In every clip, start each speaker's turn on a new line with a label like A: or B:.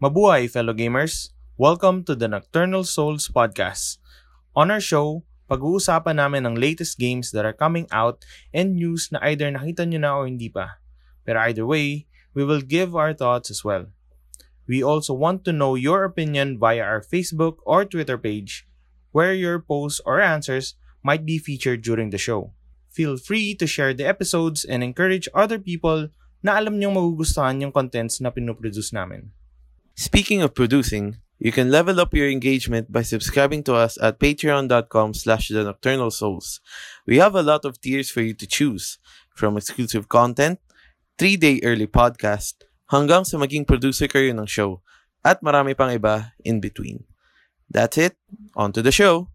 A: Mabuhay, fellow gamers! Welcome to the Nocturnal Souls Podcast. On our show, pag-uusapan namin ang latest games that are coming out and news na either nakita nyo na o hindi pa. Pero either way, we will give our thoughts as well. We also want to know your opinion via our Facebook or Twitter page, where your posts or answers might be featured during the show. Feel free to share the episodes and encourage other people na alam niyong magugustuhan yung contents na pinoproduce namin.
B: Speaking of producing, you can level up your engagement by subscribing to us at patreon.com slash the nocturnal souls. We have a lot of tiers for you to choose, from exclusive content, 3-day early podcast, hanggang sa maging producer kayo ng show, at marami pang iba in between. That's it. On to the show.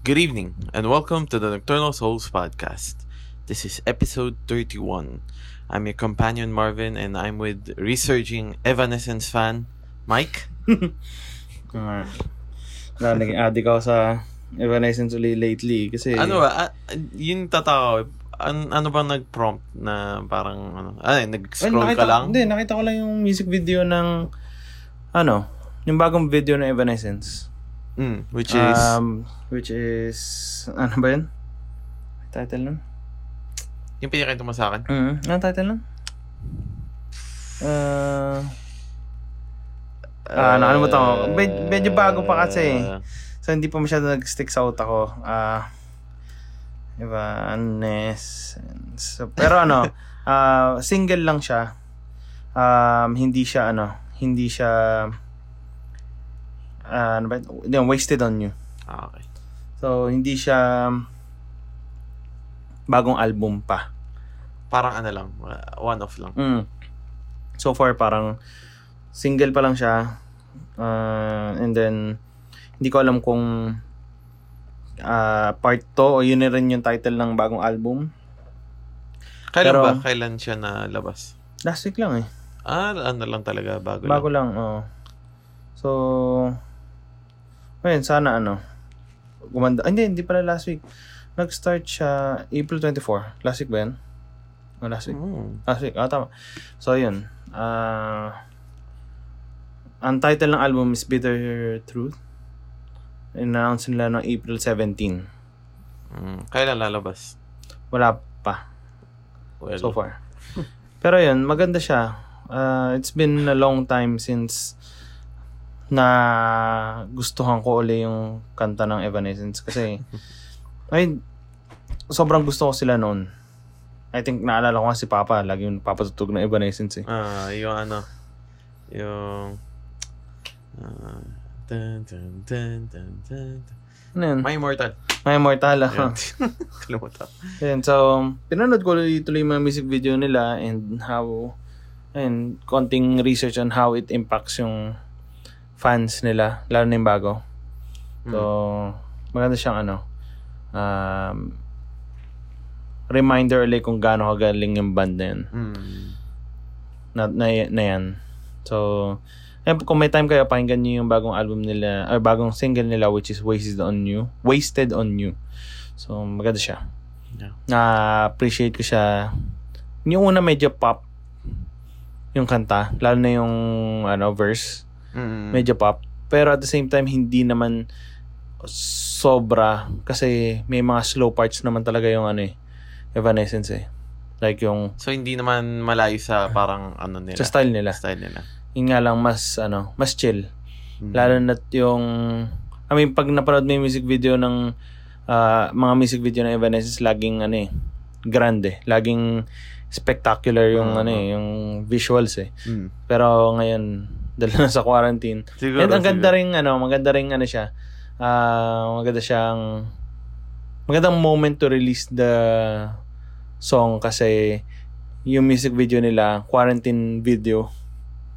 B: Good evening, and welcome to the Nocturnal Souls podcast. This is episode 31. I'm your companion Marvin, and I'm with resurging Evanescence fan Mike.
A: Ah. na naging addict ako sa Evanescence ulit lately kasi
B: Ano ba? Ah, yun tatakaw. An- ano bang nag-prompt na parang ano? Ay,
A: Ayun,
B: nag-scroll
A: nakita,
B: ka lang?
A: Hindi, nakita ko lang yung music video ng ano, yung bagong video ng Evanescence.
B: Mm, which is
A: Um, which is ano ba yun? May Title nun?
B: yung pinakita mo sa akin.
A: Mm, anong title nun? Uh, ah, nakalimutan ko. Med- medyo bago pa kasi. eh. so hindi pa masyado nag-stick sa utak ko. Ah, Evanescence. So, pero ano, ah, single lang siya. Um, hindi siya ano, hindi siya ah, ano ba? yun? Yun, wasted on you.
B: Ah, okay.
A: So, hindi siya um, bagong album pa.
B: Parang ano lang, uh, one off lang.
A: Mm. So far, parang single pa lang siya. Uh, and then, hindi ko alam kung ah, part 2 o yun na rin yung title ng bagong album.
B: Kailan
A: Pero-
B: ba? Kailan siya nalabas?
A: Last week lang eh.
B: Ah, ano lang talaga, bago,
A: Bago
B: lang.
A: lang, oo. So, ayun, sana ano. Gumanda. Ah, hindi, hindi pala last week. Nag-start siya April 24. Last week ba yan? O last week?
B: Mm.
A: Last week. Ah, tama. So, yun. Ah, ang title ng album is Bitter Truth. Announce nila ng April 17.
B: Mm. Kailan lalabas?
A: Wala pa
B: Well,
A: so far. Pero yun, maganda siya. Ah, it's been a long time since na gustuhan ko uli yung kanta ng Evanescence kasi ay sobrang gusto ko sila noon. I think naalala ko nga si Papa, lagi yung papatutog ng Evanescence eh.
B: Ah, yung ano, yung... ah, dun, dun, dun, dun, dun, dun.
A: Ano yun?
B: My Immortal.
A: My Immortal. ah.
B: Ayun. Kalimutan.
A: Ayan, so, pinanood ko ulit tuloy yung mga music video nila and how, and konting research on how it impacts yung fans nila, lalo na yung bago. So, maganda siyang ano, um, reminder ulit kung gaano kagaling yung band na yun,
B: Mm.
A: na, na, na yan. So, ayun, kung may time kayo, pakinggan niyo yung bagong album nila, or bagong single nila, which is Wasted on You. Wasted on You. So, maganda siya
B: Yeah.
A: na-appreciate ko siya. Yung una medyo pop yung kanta, lalo na yung ano verse,
B: Mm.
A: medyo pop. Pero at the same time hindi naman sobra kasi may mga slow parts naman talaga yung ano eh, Evanescence eh. Like yung
B: So hindi naman malayo sa parang ano nila.
A: sa style nila.
B: style nila.
A: Yun nga lang mas ano, mas chill.
B: Mm.
A: Lalo na yung I mean pag napanood mo yung music video ng ah, mga music video ng Evanescence laging ano eh grande, laging spectacular yung
B: Mm.
A: ano eh, yung visuals eh.
B: Mm.
A: Pero ngayon dala na sa quarantine.
B: Siguro,
A: And ang ganda
B: siguro.
A: rin ano, maganda rin ano siya. Ah, maganda siyang magandang moment to release the song kasi yung music video nila, quarantine video.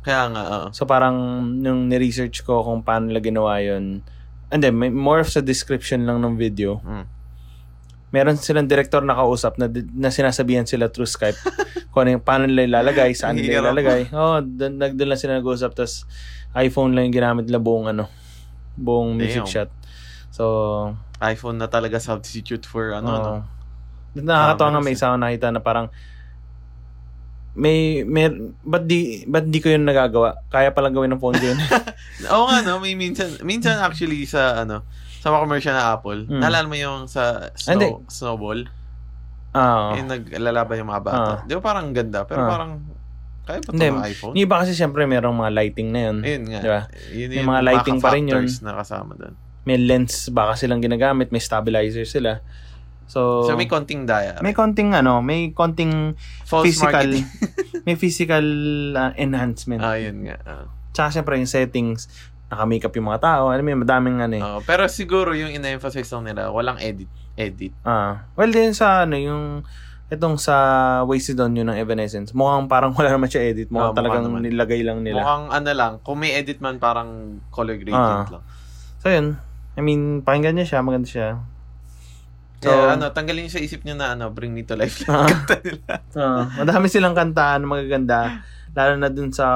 B: Kaya nga, oo.
A: So parang nung ni-research ko kung paano nila ginawa yun, and then may more of sa description lang ng video,
B: Mm.
A: meron silang director na kausap na, na sinasabihan sila through Skype kung ano yung paano nila ilalagay, saan nila
B: Hirap.
A: ilalagay. Oo, oh, dun, nag- dun lang sila nag-uusap. Tapos iPhone lang yung ginamit nila buong ano, buong music
B: Damn.
A: shot. So,
B: iPhone na talaga substitute for ano, ano.
A: oo. Nakakatawa
B: Tama,
A: nga may
B: kasi-
A: isa ako nakita na parang may, may ba't di, ba't di ko yun nagagawa? Kaya palang gawin ng phone ko yun.
B: Oo nga, no? May minsan, minsan actually sa, ano, sa mga commercial na Apple,
A: Mm.
B: naalala mo yung sa
A: Hindi.
B: snow, snowball,
A: Ah, oo.
B: yung naglalaban yung mga bata. Di ba parang ganda, pero
A: Ah.
B: parang, kaya pa
A: Hindi,
B: ito ng iPhone?
A: Yung iba kasi syempre merong mga lighting na yun.
B: Ayun nga.
A: Di ba?
B: Yun,
A: May mga lighting pa rin yun.
B: factors na kasama doon.
A: May lens baka silang ginagamit, may stabilizer sila. So,
B: So, may konting daya.
A: may konting ano, may konting
B: False
A: physical
B: marketing.
A: may physical uh, enhancement.
B: Ah, yun nga. ah.
A: Tsaka syempre yung settings, naka-makeup yung mga tao, alam mo yun, madaming ano eh.
B: Oo, pero siguro yung ina-emphasize lang nila, walang edit. Edit.
A: Ah. well, din sa ano, yung itong sa Wasted on You ng Evanescence, mukhang parang wala naman siya edit.
B: Ah,
A: Mukhang
B: mukha
A: talagang
B: naman.
A: nilagay lang nila.
B: Mukhang ano lang, kung may edit man parang color
A: Ah.
B: gradient lang.
A: So, yun. I mean, pakinggan niya siya, maganda siya. So,
B: Kaya ano, tanggalin niyo sa isip niyo na ano, bring me to life
A: Ah.
B: lang. kanta nila.
A: Oo. madami silang kanta na magaganda. Lalo na dun sa...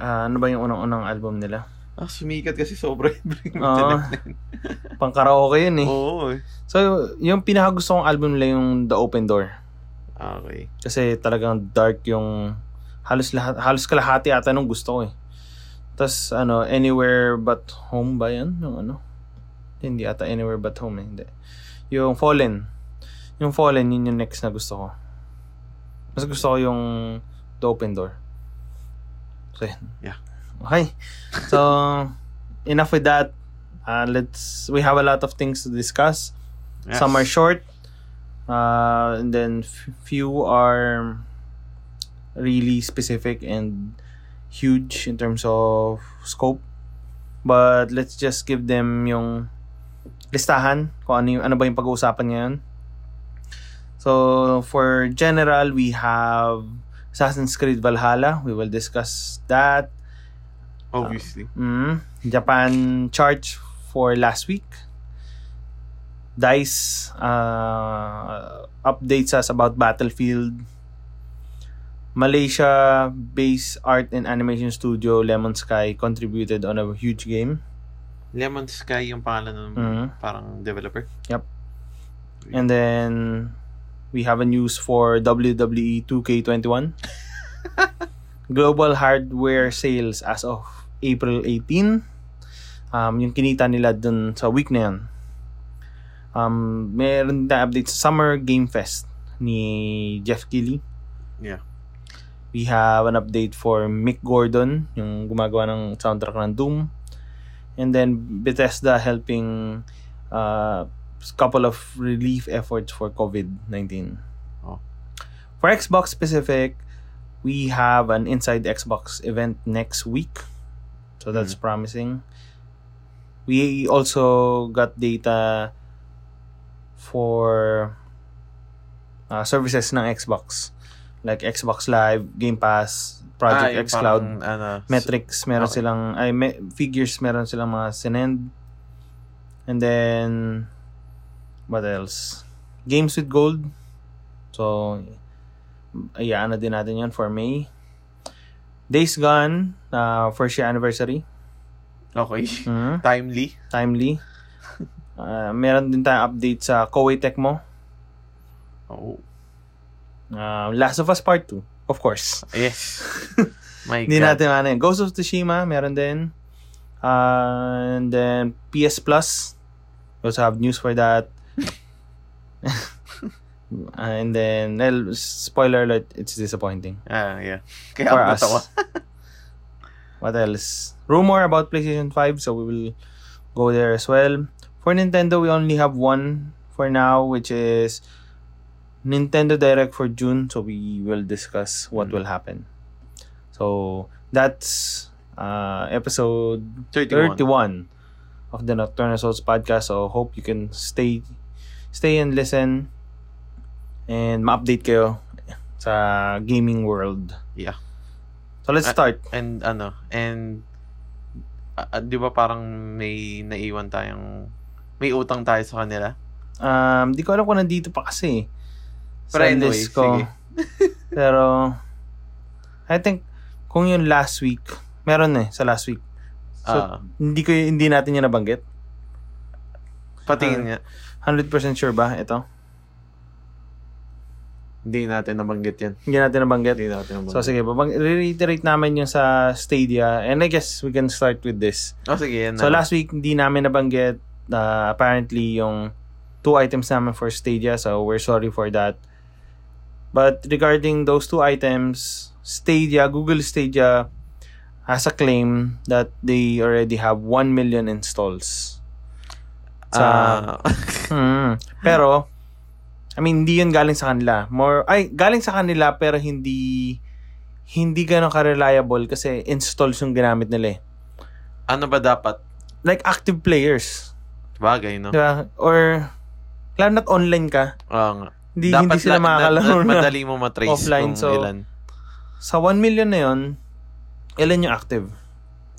A: ah, ano ba yung unang-unang album nila?
B: Ah, sumikat kasi sobra yung bring me to
A: Oo.
B: life.
A: pang karaoke yun eh.
B: Oo. eh.
A: So, yung pinakagusto kong album nila yung The Open Door.
B: Okay.
A: Kasi talagang dark yung... Halos, lahat, halos kalahati ata nung gusto ko eh. Tapos ano, Anywhere But Home ba yan? Yung ano? Hindi ata Anywhere But Home eh. Hindi. Yung Fallen. Yung Fallen, yun yung next na gusto ko. Mas gusto ko yung The Open Door. So, yun.
B: Yeah.
A: Okay. So, enough with that. Uh, let's, we have a lot of things to discuss.
B: Yes.
A: Some are short. Uh, and then f- few are really specific and huge in terms of scope. But let's just give them yung listahan kung ano, yung, ano ba yung pag-uusapan ngayon. So, for general, we have Assassin's Creed Valhalla. We will discuss that.
B: Obviously.
A: Mm, Japan charge for last week. Dice uh, updates us about Battlefield. Malaysia based art and animation studio Lemon Sky contributed on a huge game.
B: Lemon Sky yung pangalan ng
A: Mm.
B: parang developer.
A: And then we have a news for E WWE 2K21. Global hardware sales as of April 18. Um, yung kinita nila dun sa week na yun. Um, meron na update sa Summer Game Fest ni Jeff Keighley.
B: Yeah.
A: We have an update for Mick Gordon, yung gumagawa ng soundtrack ng Doom. And then Bethesda helping uh, couple of relief efforts for COVID-19.
B: Oh.
A: For Xbox specific, we have an Inside Xbox event next week. So that's
B: Mm-hmm.
A: promising. We also got data for uh, services ng Xbox like Xbox Live, Game Pass, Project
B: Ah,
A: X
B: yung
A: Cloud.
B: parang, ano,
A: metrics meron
B: Okay.
A: silang ay me- figures meron silang mga sinend and then what else games with gold so ayaan na din natin yun for May Days Gone uh, first year anniversary
B: Okay. Mm-hmm.
A: Mhm,
B: Timely.
A: timely uh, meron din tayong update sa Koei Tecmo
B: Oh.
A: uh, Last of Us Part 2 of course
B: Yes. My
A: Hindi
B: God.
A: natin ano yun. Ghost of Tsushima, meron din. Uh, and then PS Plus. We also have news for that. Ah, and then, well, spoiler alert, it's disappointing.
B: Ah, yeah. Kaya
A: for
B: ako
A: us.
B: natawa.
A: what else? Rumor about PlayStation 5, so we will go there as well. For Nintendo, we only have one for now, which is Nintendo Direct for June, so we will discuss what
B: Mm.
A: will happen. So that's uh, episode
B: 31.
A: 31 of the Nocturnal Souls podcast. So hope you can stay stay and listen and ma-update kayo sa gaming world.
B: Yeah.
A: So let's
B: Ah,
A: start.
B: And ano, and ah, ah, 'di ba parang may naiwan tayong may utang tayo sa kanila?
A: Um, di ko alam kung nandito pa kasi eh.
B: Pero
A: Sa
B: anyway,
A: list ko.
B: sige.
A: Pero, I think, kung yung last week, meron eh, sa last week. So,
B: Ah,
A: hindi ko y- hindi natin yun nabanggit. ah.
B: patingin nga.
A: 100% sure ba ito?
B: Hindi natin nabanggit yan.
A: Hindi natin nabanggit.
B: Hindi natin nabanggit.
A: So, sige, babang, reiterate namin yung sa Stadia. And I guess we can start with this.
B: Oh, sige, yan
A: So
B: na.
A: last week, hindi namin nabanggit uh, apparently yung two items namin for Stadia. So we're sorry for that. But regarding those two items, Stadia, Google Stadia has a claim that they already have 1 million installs. Sa,
B: Ah,
A: Mm. pero, I mean, hindi yun galing sa kanila. More, ay, galing sa kanila pero hindi hindi ganun ka-reliable kasi installs yung ginamit nila eh.
B: ano ba dapat?
A: Like active players.
B: Bagay, no?
A: Di ba? Or, lalo na't online ka,
B: Oo nga.
A: hindi, hindi sila
B: la- na-
A: makakalaro
B: na-
A: na.
B: Madali mo matrace
A: offline,
B: kung
A: so-
B: ilan.
A: Sa 1 million na yun, ilan yung active?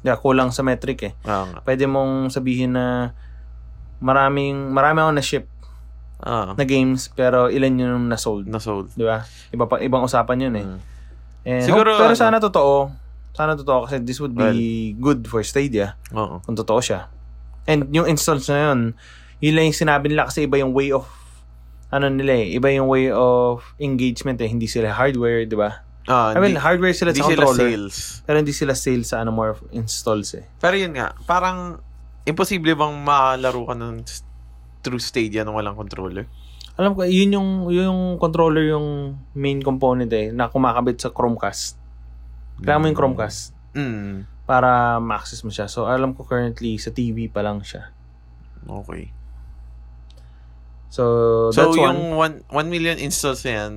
A: Di ba, kulang sa metric eh.
B: Oo nga.
A: Pwede mong sabihin na maraming, marami ako na-ship
B: Oo.
A: na games, pero ilan yung na-sold.
B: Nasold.
A: Di ba? Iba pa, ibang usapan yun eh.
B: Mm.
A: And
B: Siguro,
A: hope- pero
B: ano-
A: sana totoo. Sana totoo kasi this would be good for Stadia
B: Oo.
A: kung totoo siya. And yung installs na yun, yun lang yung sinabi nila kasi iba yung way of ano nila eh, iba yung way of engagement eh. Hindi sila hardware, di ba?
B: Ah,
A: I mean,
B: hindi,
A: hardware sila
B: hindi
A: sa
B: sila
A: controller.
B: sales.
A: Pero hindi sila sales sa ano more of installs eh.
B: Pero yun nga, parang imposible bang malaro ka ng s- through Stadia nung walang controller?
A: Alam ko, yun yung, yun yung controller yung main component eh, na kumakabit sa Chromecast. Kailangan mo yung Chromecast
B: Mm.
A: para ma-access mo siya. So, alam ko currently sa TV pa lang siya.
B: Okay.
A: So,
B: So,
A: that's one.
B: yung 1 million installs na yan,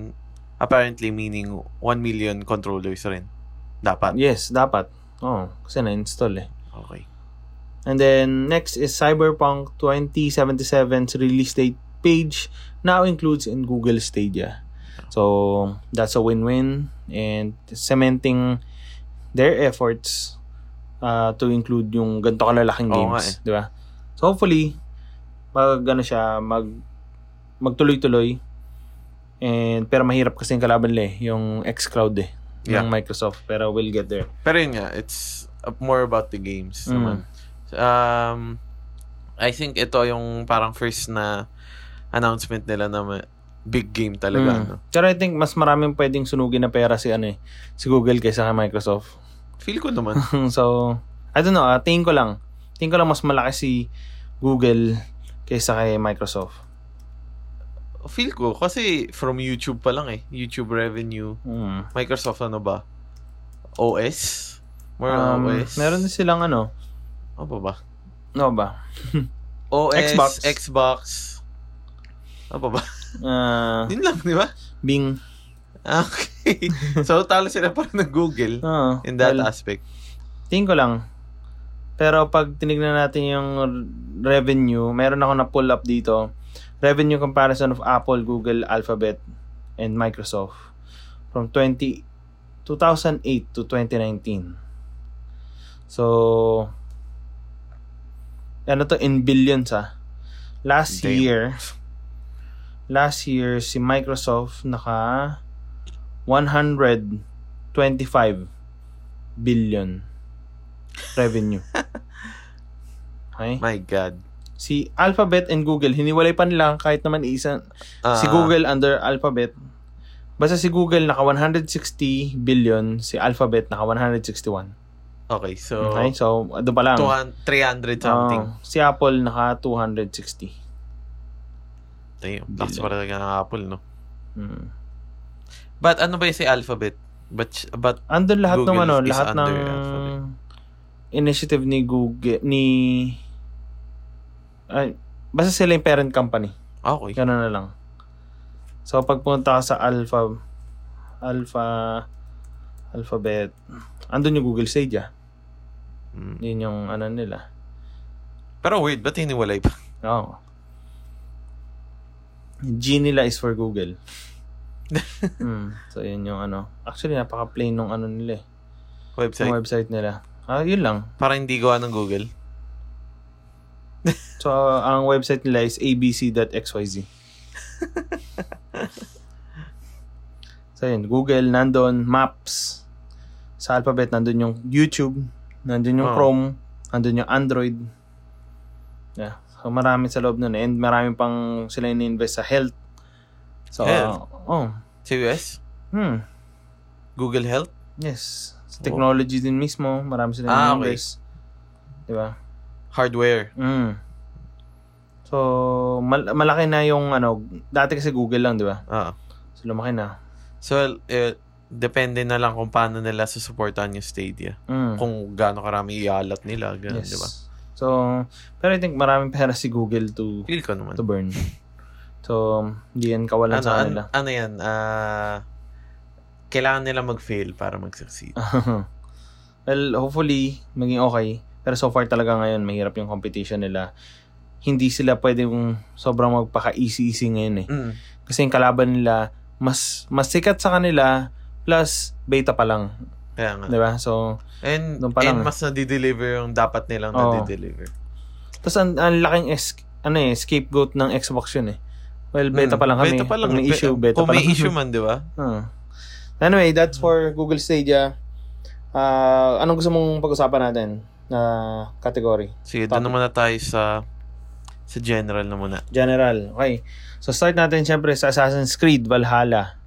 B: apparently meaning 1 million controllers rin. Dapat.
A: Yes, dapat. Oo, kasi na-install eh.
B: Okay.
A: And then next is Cyberpunk 2077's release date page now includes in Google Stadia. So that's a win-win and cementing their efforts uh, to include yung ganito kalalaking
B: Oo nga eh.
A: games, di ba? So hopefully mag ano siya, mag magtuloy-tuloy and pero mahirap kasi yung kalaban nila eh, yung xCloud eh
B: Yeah.
A: ng Microsoft pero we'll get there.
B: Pero yun nga, it's uh, more about the games
A: Mm.
B: naman. Um, I think ito yung parang first na announcement nila na ma- big game talaga.
A: Mm.
B: No?
A: Pero I think mas maraming pwedeng sunugin na pera si ano eh, si Google kaysa kay Microsoft.
B: Feel ko naman.
A: so, I don't know, ah, tingin ko lang. Tingin ko lang mas malaki si Google kaysa kay Microsoft.
B: Feel ko. Kasi from YouTube pa lang eh. YouTube revenue.
A: Mm.
B: Microsoft ano ba? OS? More on
A: Um,
B: OS?
A: meron din silang ano,
B: Ano pa ba?
A: no ba?
B: OS,
A: Xbox.
B: Xbox. Xbox. Ano pa ba?
A: Ah,
B: Yun lang, di ba?
A: Bing.
B: Ah, Okay. so, talo sila parang ng Google
A: Oo,
B: in that
A: Ah, well,
B: aspect.
A: tingin ko lang. Pero pag tinignan natin yung r- revenue, meron ako na pull up dito. Revenue comparison of Apple, Google, Alphabet, and Microsoft from 20, 2008 to 2019. So, ano to in billions ah. Last
B: Damn.
A: year, last year si Microsoft naka 125 billion revenue. Okay?
B: My God.
A: Si Alphabet and Google, hiniwalay pa nila kahit naman isa.
B: Ah,
A: si Google under Alphabet. Basta si Google naka 160 billion, si Alphabet naka 161.
B: Okay, so...
A: Okay? Oh. So, doon pa lang.
B: 200, 300 something.
A: Oo. si Apple naka 260.
B: Damn, lakas
A: Billion.
B: pa talaga ng Apple, no?
A: Mm.
B: But ano ba yung si Alphabet? But, but
A: Andun lahat ng
B: Google
A: ano,
B: is
A: lahat
B: under
A: ng
B: Alphabet.
A: initiative ni Google ni ay, basta sila yung parent company.
B: okay.
A: Ganun na lang. So pagpunta ka sa Alpha Alpha Alphabet, andun yung Google Stadia.
B: Mm.
A: Yun yung ano nila.
B: Pero weird, ba't hiniwalay pa?
A: Oo. G nila is for Google. mm, so yun yung ano. Actually napaka-plain nung ano nila eh.
B: Website?
A: Yung website nila. Ah, yun lang.
B: Parang hindi gawa ng Google.
A: So, ang website nila is abc.xyz. so, yun. Google, nandun. Maps. Sa Alphabet, nandun yung YouTube. Nandun yung
B: Oh.
A: Chrome. Nandun yung Android. Yeah. So, marami sa loob nun. eh. And marami pang sila ini-invest sa health. So,
B: Health?
A: oh.
B: Sa US?
A: Hmm.
B: Google Health?
A: Yes. Sa technology din mismo. Marami sila
B: Oh. Ah, okay.
A: ini-invest. Diba?
B: Hardware.
A: Mm. So, mal- malaki na yung ano, dati kasi Google lang, di ba?
B: Ah.
A: So, lumaki na.
B: So, eh, depende na lang kung paano nila susuportahan yung Stadia.
A: Mm.
B: Kung gaano karami ialat nila, ganun, di ba?
A: So, pero I think maraming pera si Google to
B: Feel ko naman.
A: to burn. So, hindi yan kawalan
B: ano,
A: sa
B: an-
A: kanila.
B: ano yan? Ah, kailangan nila mag-fail para mag-succeed.
A: well, hopefully, maging okay. Pero so far talaga ngayon, mahirap yung competition nila. Hindi sila pwedeng sobrang magpaka-easy-easy ngayon eh.
B: Mm.
A: Kasi yung kalaban nila, mas, mas sikat sa kanila, plus beta pa lang.
B: Kaya nga.
A: Di ba? So,
B: And,
A: Doon pa lang eh.
B: and mas na-deliver yung dapat nilang
A: Oo.
B: na-deliver.
A: Tapos ang, ang laking es, ano eh, scapegoat ng Xbox yun eh. Well, beta pa lang kami.
B: Hmm. Beta pa lang. eh.
A: Kung may issue, beta
B: Kung
A: pa
B: may
A: lang.
B: issue man, di ba?
A: Ah. Anyway, that's for Google Stadia. Ah, anong gusto mong pag-usapan natin na category?
B: Sige,
A: Topic.
B: doon naman na tayo sa sa general na muna.
A: General. Okay. So start natin syempre sa Assassin's Creed Valhalla.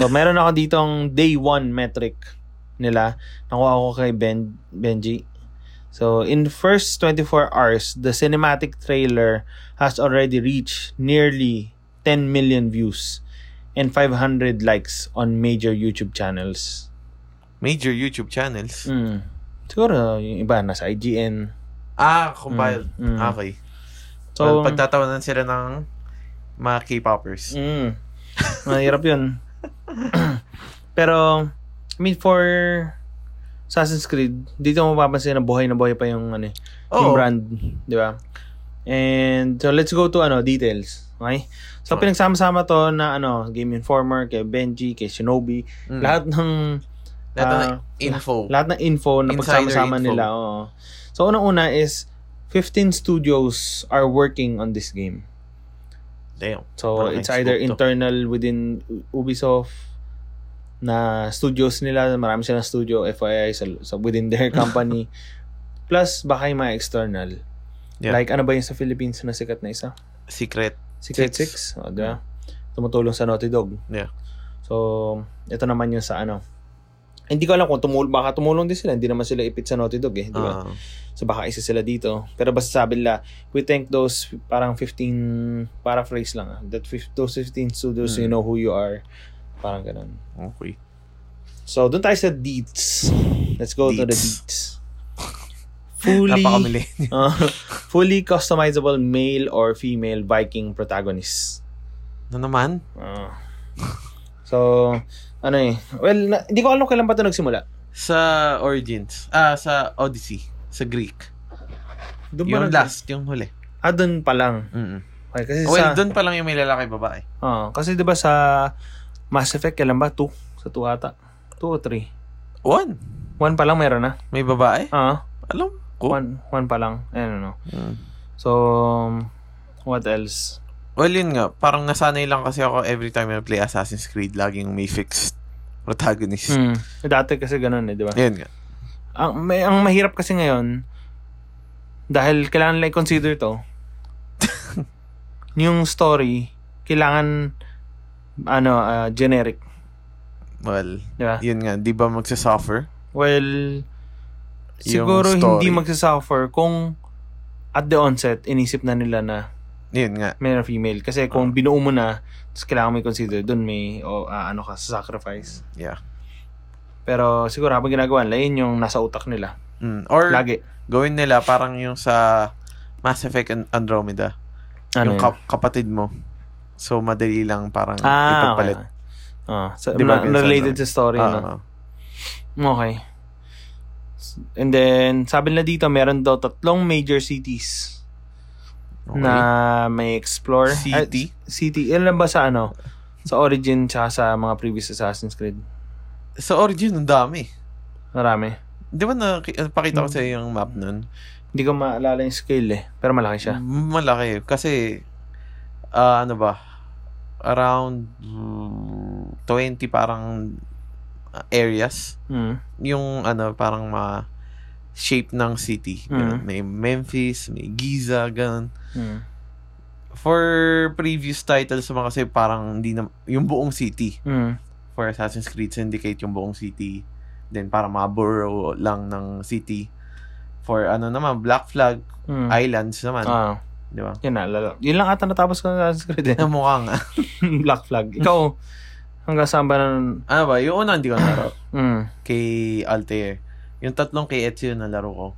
A: So meron ako ditong day 1 metric nila. Nakuha ko kay ben, Benji. So in first 24 hours, the cinematic trailer has already reached nearly 10 million views and 500 likes on major YouTube channels.
B: Major YouTube channels.
A: Mm. Siguro yung iba nasa IGN.
B: Ah, compiled.
A: Mm, mm.
B: Okay. So,
A: So, um,
B: pagtatawanan sila ng mga K-poppers.
A: Mm. Mahirap yun. Pero, I mean, for Assassin's Creed, dito mo mapapansin na buhay na buhay pa yung, ano, eh, yung
B: Oo.
A: brand. Di ba? And, so let's go to, ano, details. Okay? So,
B: Okay.
A: pinagsama-sama to na, ano, Game Informer, kay Benji, kay Shinobi.
B: Mm.
A: Lahat ng
B: Lahat ng
A: ah,
B: info.
A: lahat ng info na
B: Insider
A: pagsama-sama
B: info.
A: nila. Oo. So, unang-una is 15 studios are working on this game.
B: Damn.
A: So,
B: Malaking
A: it's either
B: scope to.
A: internal within U- Ubisoft na studios nila, marami silang studio, FYI, sa, sa within their company. Plus, baka yung mga external.
B: Yeah.
A: Like, ano ba yung sa Philippines na sikat na isa?
B: Secret.
A: Secret
B: Six.
A: Six? O, di ba? Tumutulong sa Naughty Dog.
B: Yeah.
A: So, ito naman yung sa ano. Hindi ko alam kung tumul baka tumulong din sila. Hindi naman sila ipit sa Naughty Dog eh. Di ba?
B: Ah.
A: So baka isa sila dito. Pero basta sabi nila, we thank those parang 15, paraphrase lang ah, that fif- those 15 studios,
B: Hmm.
A: you know who you are. Parang ganun.
B: okay.
A: So doon tayo sa deets. Let's go to the
B: Deets.
A: deets. Fully,
B: Napakamili.
A: Ah, fully customizable male or female Viking protagonist.
B: na Ano naman?
A: Ah. so, ano eh. Well, na- hindi ko alam kailan ba ito nagsimula.
B: Sa Origins. Ah, sa Odyssey. Sa Greek.
A: Doon ba
B: Yung
A: nag-
B: last, yung huli.
A: Ah, doon pa lang.
B: Mm-mm.
A: Okay, kasi sa,
B: Well, doon pa lang yung may lalaki babae.
A: Ah, kasi 'di ba sa Mass Effect kailan ba 2? Sa 2 ata. 2 o 3.
B: One.
A: 1 pa lang meron na.
B: May babae?
A: Ah,
B: Alam ko.
A: 1 1 pa lang. I don't know.
B: Mm.
A: So um, what else?
B: Well, yun nga. Parang nasanay lang kasi ako every time I play Assassin's Creed, laging may fixed protagonist.
A: Hmm. Dati kasi ganun eh, 'di ba?
B: Yun nga.
A: Ang may, ang mahirap kasi ngayon dahil kailangan like consider to. yung story kailangan ano ah, generic,
B: Well,
A: 'di ba?
B: yun nga. Di ba magsasuffer?
A: Well, siguro hindi
B: story.
A: magsasuffer kung at the onset inisip na nila na
B: Yun nga.
A: male or female. Kasi kung
B: Ah.
A: binuo mo na, tapos kailangan may consider, dun may, o ah, ano ka, sacrifice.
B: Yeah.
A: Pero siguro habang ginagawa nila, yun yung nasa utak nila.
B: Mm. Or
A: Lagi.
B: gawin nila parang yung sa Mass Effect and Andromeda.
A: Ano yun?
B: yung kap- kapatid mo. So, madali lang parang
A: Ah, okay.
B: ipagpalit.
A: Ah, so,
B: Di
A: na-
B: ba, ganun sa
A: related sa story. no?
B: Ah,
A: Okay. And then, sabi nila dito, meron daw tatlong major cities
B: okay.
A: na may explore.
B: City?
A: Ah, city. Ilan ba sa ano? Sa Origin tsaka sa mga previous Assassin's Creed.
B: Sa Origin, ang dami.
A: Marami. Hmm.
B: Di ba na, pakita ko sa yung map nun?
A: Hindi ko maalala yung scale eh. Pero malaki siya.
B: Malaki. Kasi, ah, ano ba, around mm, 20 parang ah, areas.
A: Mm.
B: Yung ano, parang ma shape ng city. Ganun. May Memphis, may Giza, ganun.
A: Mm.
B: For previous titles naman kasi parang hindi na, yung buong city.
A: Mm.
B: For Assassin's Creed Syndicate, yung buong city. Then parang mga borough lang ng city. For ano naman, Black Flag
A: Mm.
B: Islands naman.
A: Ah,
B: Di ba?
A: yun na. Lala. Yun lang ata natapos ko na Assassin's Creed eh.
B: Ang mukha nga.
A: Black flag. Ikaw, hanggang saan ba na nun?
B: Ano ba? Yung una hindi ko nalaro.
A: Mm.
B: kay Altair. Yung tatlong kay Ezio na laro ko.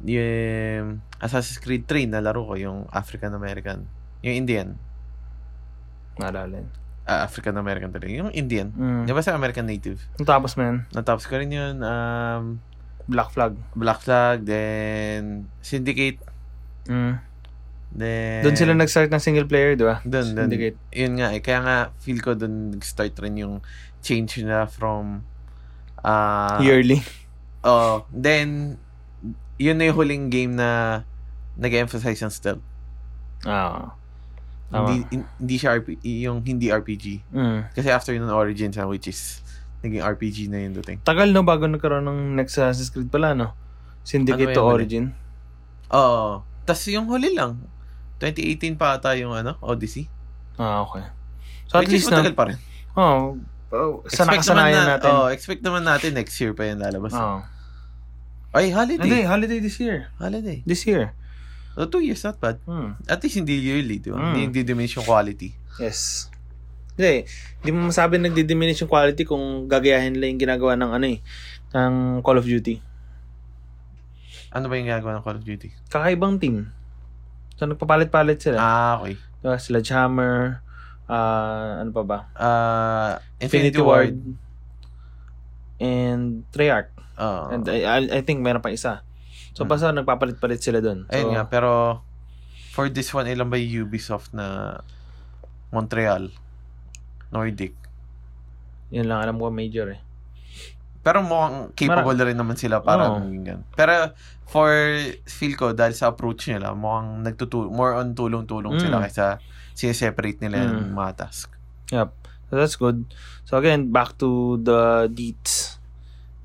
B: Yung Assassin's Creed 3 na laro ko. Yung African-American. Yung Indian.
A: Naalala yun.
B: Ah, African-American talaga. Yung Indian.
A: Mm.
B: Di ba sa American Native?
A: Natapos mo yun.
B: Natapos ko rin yun. Um,
A: Black flag.
B: Black Flag, then Syndicate,
A: Mm.
B: then...
A: Doon sila nag-start ng single player, di ba?
B: Eh. Doon, doon.
A: Syndicate.
B: Yun nga eh. Kaya nga, feel ko doon nag-start rin yung change na from... ah
A: Yearly.
B: Oh, then yun na yung huling game na nag-emphasize ng stealth.
A: Ah.
B: Hindi, hin- hindi siya RP, yung hindi RPG.
A: Mm.
B: Kasi after yun ng Origins, ah, which is naging RPG na yun dating.
A: Tagal no bago nagkaroon ng next Assassin's Creed pala, no? Syndicate
B: Ano
A: to
B: yan,
A: Origin.
B: Oo. tas yung huli lang, 2018 pa ata yung ano, Odyssey.
A: Ah, okay. So at
B: which
A: least
B: is
A: na,
B: matagal pa rin.
A: oh, oh, sa nakasanayan
B: naman na-
A: natin.
B: Oo, expect naman natin next year pa yan lalabas.
A: Oh.
B: Ay, holiday.
A: Hindi, holiday this year.
B: Holiday.
A: This year.
B: So, two years, not bad.
A: Hmm.
B: At least hindi yearly, di ba?
A: Mm.
B: Hindi, hindi diminish yung quality.
A: Yes. Hindi, hindi mo masabi nagdi-diminish yung quality kung gagayahin nila yung ginagawa ng ano eh, ng Call of Duty.
B: Ano ba yung ginagawa ng Call of Duty?
A: Kakaibang team. So nagpapalit-palit sila.
B: Ah, okay.
A: Diba? Sledgehammer, ah ano pa ba?
B: Uh, Infinity, Ward.
A: And Treyarch.
B: Oo.
A: And I, I, I think meron pa isa. So,
B: Mm.
A: basta nagpapalit-palit sila doon. So,
B: Ayun nga, pero for this one, ilan ba yung Ubisoft na Montreal? Nordic.
A: Yun lang, alam ko major eh.
B: Pero mukhang capable rin naman sila para
A: Oo.
B: maging ganun. Pero for feel ko, dahil sa approach nila, mukhang nagtutu more on tulong-tulong
A: Mm.
B: sila kaysa sineseparate nila yung
A: Mm.
B: mga task.
A: Yep. So, that's good. So, again, back to the deets.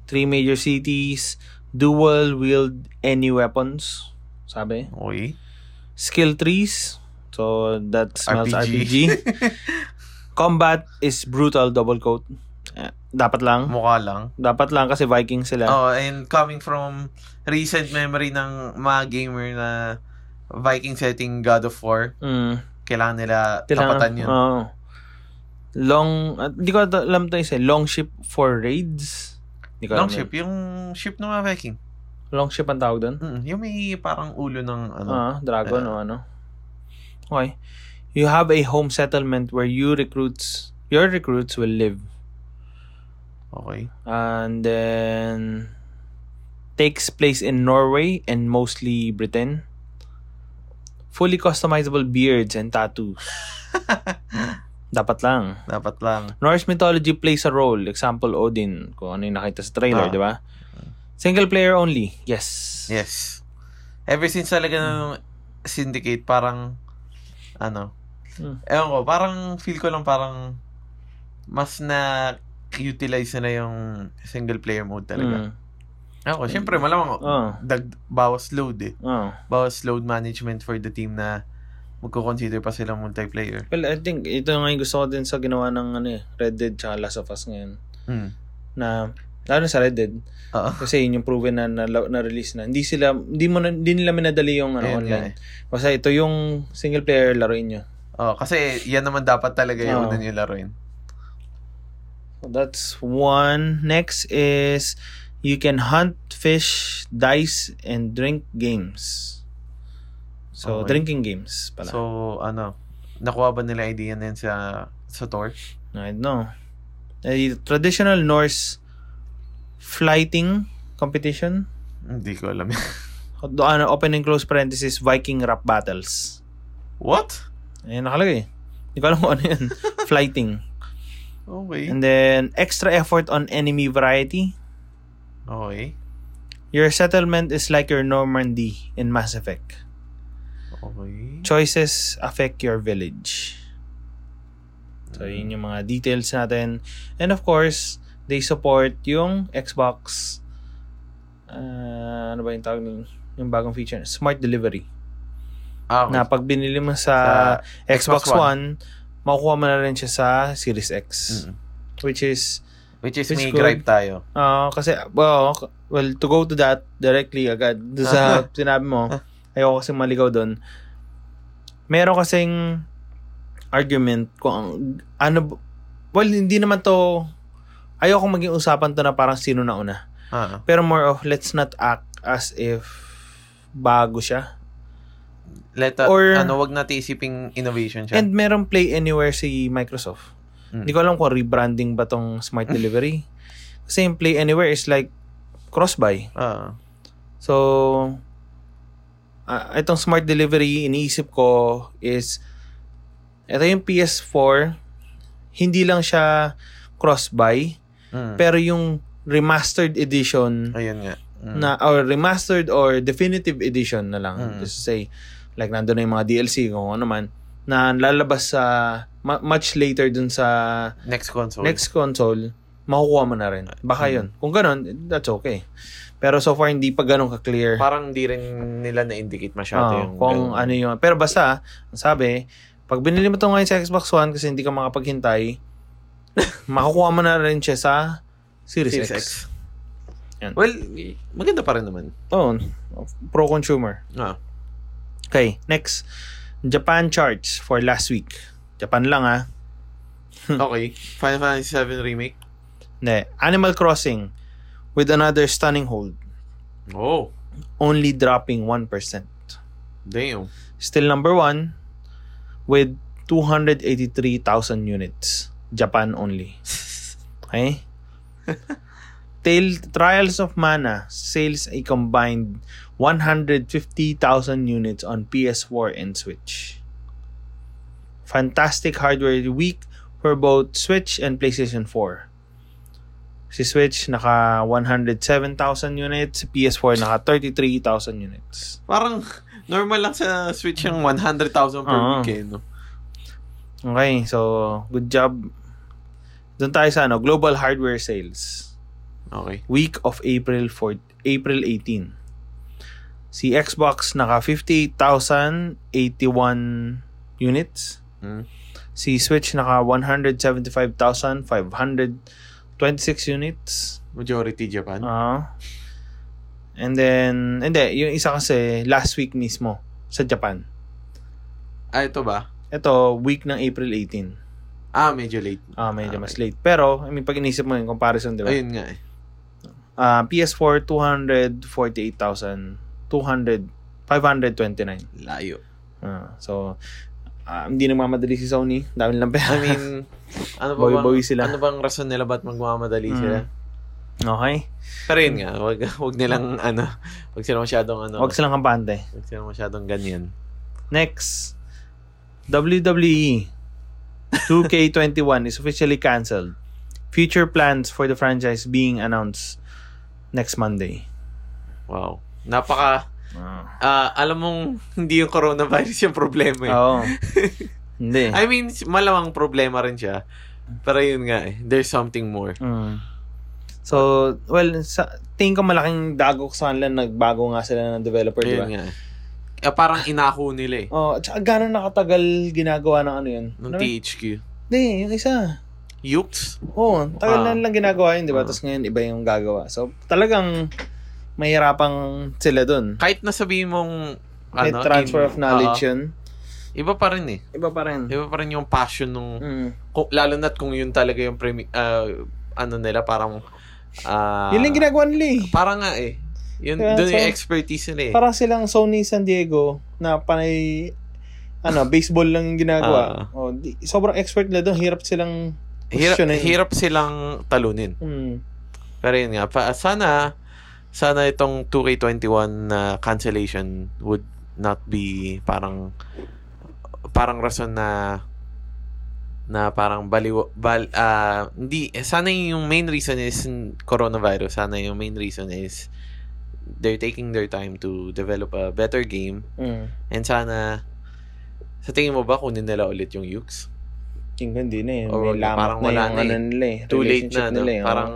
A: Three major cities, dual wield any weapons, sabi.
B: Okay.
A: Skill trees, so that smells
B: RPG.
A: RPG. Combat is brutal double coat. Eh, Dapat lang.
B: Mukha lang.
A: Dapat lang kasi Viking sila.
B: Oh, and coming from recent memory ng mga gamer na Viking setting God of War,
A: Mm.
B: kailangan nila
A: Kailangan-
B: tapatan yun.
A: Oo. long, at hindi ko ata- alam to isa, eh. long ship for raids. Hindi ko
B: Long
A: alam
B: ship, yung ship ng mga Viking.
A: yun. Long ship ang tawag doon?
B: Mm, yung may parang ulo ng ano.
A: Ah, dragon
B: Ah.
A: o ano. Okay. You have a home settlement where you recruits, your recruits will live.
B: Okay.
A: And then, takes place in Norway and mostly Britain. Fully customizable beards and tattoos. Dapat lang.
B: Dapat lang.
A: Norse mythology plays a role. Example, Odin. Kung ano yung nakita sa trailer,
B: Ah.
A: di ba? Single player only. Yes.
B: Yes. Ever since talaga nung
A: Hmm.
B: syndicate, parang ano.
A: Mm.
B: Ewan ko, parang feel ko lang parang mas na utilize na yung single player mode
A: Mm.
B: talaga. Ewan ko, syempre malamang
A: Oh.
B: dag, bawas load eh.
A: Oh.
B: Bawas load management for the team na magko-consider pa silang multiplayer.
A: Well, I think ito nga yung gusto ko din sa ginawa ng ano, eh, Red Dead tsaka Last of Us ngayon. Hmm.
B: Mm.
A: Na, lalo na sa Red Dead.
B: Oo.
A: Kasi yun yung proven na, na, na-release na. Hindi sila, hindi, mo na, hindi nila minadali yung ano,
B: Ayun nga
A: online. Basta ito yung single player laruin nyo.
B: Oh, kasi yan naman dapat talaga
A: Oo.
B: yung una nila laruin.
A: So that's one. Next is you can hunt, fish, dice, and drink games. So,
B: Okay.
A: drinking games pala.
B: So, ano, nakuha ba nila idea na yun sa, sa tour?
A: I don't know. A traditional Norse flighting competition.
B: Hindi ko alam.
A: Do- ano, open and close parenthesis, Viking rap battles.
B: What?
A: Ayan nakalagay. Hindi ko alam kung ano yun. Flighting.
B: Okay.
A: And then, extra effort on enemy variety.
B: Okay.
A: Your settlement is like your Normandy in Mass Effect.
B: Okay.
A: Choices affect your village. So, yun yung mga details natin. And of course, they support yung Xbox ah, ano ba yung tawag nun? Yung bagong feature. Smart delivery.
B: Ah, okay. Ah,
A: Na pag binili mo sa,
B: Sa
A: Xbox,
B: Xbox
A: One, makukuha mo na rin siya sa Series X.
B: Mm.
A: Which is,
B: Which is
A: Which
B: may
A: good.
B: gripe tayo.
A: ah, kasi, well, k- well, to go to that directly agad, do sa sinabi mo, ayoko kasi maligaw doon. Meron kasing argument kung ang- ano, b- well, hindi naman to, ayoko maging usapan to na parang sino na una.
B: Ah,
A: Pero more of, let's not act as if bago siya.
B: let us,
A: Or-
B: ano, wag natin isiping innovation siya.
A: And merong Play Anywhere si Microsoft.
B: Mm.
A: Hindi ko alam kung rebranding ba tong Smart Delivery. Kasi yung Play Anywhere is like cross-buy.
B: ah,
A: So, ah, itong Smart Delivery, iniisip ko is, ito yung PS4, hindi lang siya cross-buy,
B: mm.
A: pero yung remastered edition
B: Ayun nga. Mm.
A: na or remastered or definitive edition na lang
B: Mm.
A: just to say like nandun na yung mga DLC kung ano man na lalabas sa ma- much later dun sa
B: next console.
A: next console makukuha mo na rin baka
B: Mm.
A: yun kung ganun that's okay pero so far hindi pa ganun ka-clear
B: Parang di rin nila na-indicate masyado
A: Oo,
B: yung...
A: kung
B: ganun.
A: ano yun pero basta ang sabi pag binili mo to ngayon sa Xbox One kasi hindi ka makapaghintay makukuha mo na rin siya sa Series,
B: Series
A: X.
B: X.
A: Yan.
B: Well, maganda pa rin naman.
A: Oh, pro-consumer.
B: Ah,
A: Okay, next. Japan charts for last week. Japan lang ah. Hmm.
B: okay. Final Fantasy VII Remake.
A: Ne, Animal Crossing with another stunning hold,
B: Oh,
A: only dropping 1%.
B: damn.
A: Still number 1 with 283,000 units. Japan only. Okay? Tail, Trials of Mana sales a combined 150,000 units on PS4 and Switch. Fantastic hardware week for both Switch and PlayStation 4. Si Switch naka 107,000 units, si PS4 naka 33,000 units.
B: Parang normal lang sa Switch yung 100,000 per
A: Oo.
B: week eh, no?
A: Okay, so good job. Doon tayo sa ano, Global Hardware Sales.
B: Okay.
A: week of April for April 18. Si Xbox naka 58,081 units.
B: Mm.
A: Si Switch naka 175,526 units.
B: Majority Japan.
A: Ah. and then, hindi, yung isa kasi last week mismo sa Japan.
B: Ah, ito ba?
A: Ito, week ng April 18.
B: Ah, medyo late.
A: Ah, medyo
B: Ah,
A: mas late. Pero, I mean, pag inisip mo yung comparison, di ba?
B: Ayun nga eh.
A: Ah, PS4 248,200 529.
B: Layo.
A: Ah, so ah, hindi nagmamadali si Sony, dami lang pera.
B: I mean, ano ba bang,
A: Bawi-bawi sila.
B: ano bang rason nila ba't magmamadali
A: Mm.
B: sila?
A: okay.
B: Pero yun nga, wag, wag nilang ano, wag sila masyadong ano,
A: Huwag
B: wag,
A: silang kampante.
B: sila masyadong ganyan.
A: Next. E WWE 2K21 is officially cancelled. Future plans for the franchise being announced next Monday.
B: Wow. Napaka,
A: Ah.
B: ah, alam mong hindi yung coronavirus yung problema eh.
A: Oo. Hindi.
B: I mean, malamang problema rin siya. Pero yun nga eh, there's something more.
A: Mm. So, well, sa, tingin ko malaking dagok sa kanila nagbago nga sila ng developer, di ba?
B: Ayun nga eh. Ah, parang inako nila eh,
A: Oh, at saka gano'n nakatagal ginagawa ng ano yun?
B: ng
A: Ano?
B: THQ.
A: Hindi, yung isa.
B: Yukes?
A: Oo, oh, tagal
B: Ah.
A: na lang ginagawa yun, di ba?
B: Ah.
A: Tapos ngayon, iba yung gagawa. So, talagang mahirapang sila dun.
B: Kahit nasabihin mong,
A: May
B: ano,
A: transfer
B: in-
A: of knowledge
B: Oo.
A: yun.
B: iba pa rin eh.
A: Iba pa rin.
B: Iba pa rin yung passion nung
A: Mm.
B: kung, lalo na't kung yun talaga yung premi- ah, ano nila parang ah,
A: yun lang ginagawa nila eh.
B: parang nga eh yun
A: Kaya
B: doon yung
A: so-
B: expertise nila eh
A: Parang silang Sony San Diego na panay ano, baseball lang yung
B: Ah.
A: ginagawa. oh, di, sobrang expert na doon. Hirap silang
B: hirap,
A: posisyonin.
B: hirap silang talunin
A: Mm.
B: pero yun nga pa, sana sana itong 2K21 na cancellation would not be parang parang rason na na parang baliw bal ah, hindi sana yung main reason is n- coronavirus sana yung main reason is they're taking their time to develop a better game.
A: Mm.
B: And sana, sa tingin mo ba kunin nila ulit yung Yuke's?
A: Tingnan din eh.
B: Or
A: May lamat
B: parang
A: na
B: wala
A: yung
B: na
A: ano
B: eh.
A: nila eh.
B: Too late
A: relationship
B: na, no?
A: nila eh, oh.
B: Parang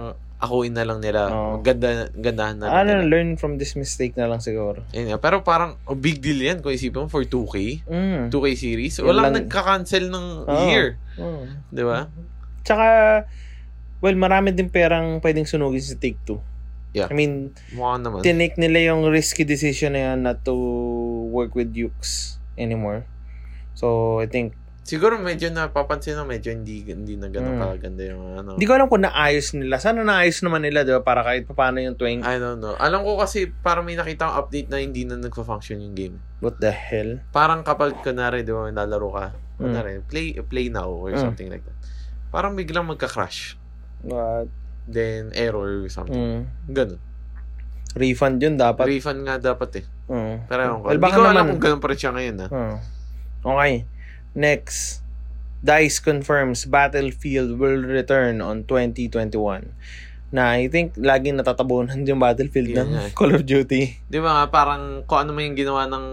B: akuin na lang nila.
A: Oo.
B: Ganda, gandahan na lang
A: ano,
B: nila.
A: learn from this mistake na lang siguro.
B: Ayun nga. Pero parang, oh, big deal yan kung isipin mo for 2K.
A: Mm.
B: 2K series.
A: Yun
B: Walang
A: lang.
B: nagka-cancel ng
A: Oo.
B: year.
A: Oh.
B: Di ba?
A: Tsaka, well, marami din perang pwedeng sunugin sa Take-Two.
B: Yeah.
A: I mean,
B: Mukha naman.
A: tinake nila yung risky decision na yan not to work with Dukes anymore. So, I think,
B: Siguro medyo napapansin na medyo hindi, hindi na ganun
A: Mm.
B: kaganda yung ano.
A: hindi ko alam kung naayos nila. Sana naayos naman nila, di ba? Para kahit paano yung tuwing,
B: I don't know. Alam ko kasi parang may nakita akong update na hindi na nagpa-function yung game.
A: what the hell? Hmm.
B: Parang kapag kunwari, di ba, may lalaro ka, kunwari, play, play now or
A: Mm.
B: something like that. Parang biglang magka-crash.
A: What?
B: Then, error or something.
A: Mm.
B: Ganun.
A: Refund yun dapat.
B: Refund nga dapat eh.
A: Mm.
B: Pero ewan ko.
A: Well,
B: Hindi
A: baka
B: ko alam
A: naman-
B: kung ganun pa rin siya ngayon ah.
A: Hmm. Okay. Next. DICE confirms Battlefield will return on 2021. Na I think laging natatabunan yung Battlefield
B: Yun
A: ng
B: nga eh.
A: Call of Duty.
B: Di ba nga, parang kung ano man yung ginawa ng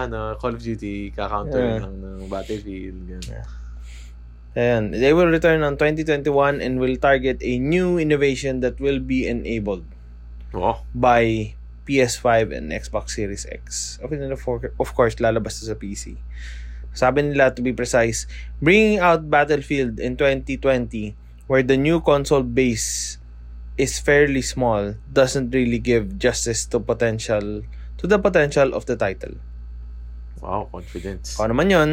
B: ano, Call of Duty, ka-counter
A: Yeah.
B: lang ng Battlefield. Ganun.
A: Ayan. They will return on 2021 and will target a new innovation that will be enabled
B: Oh,
A: by PS5 and Xbox Series X. Of, course- of course, lalabas to sa PC. Sabi nila, to be precise, bringing out Battlefield in 2020 where the new console base is fairly small doesn't really give justice to potential to the potential of the title.
B: wow, confidence.
A: Kung ano man yun,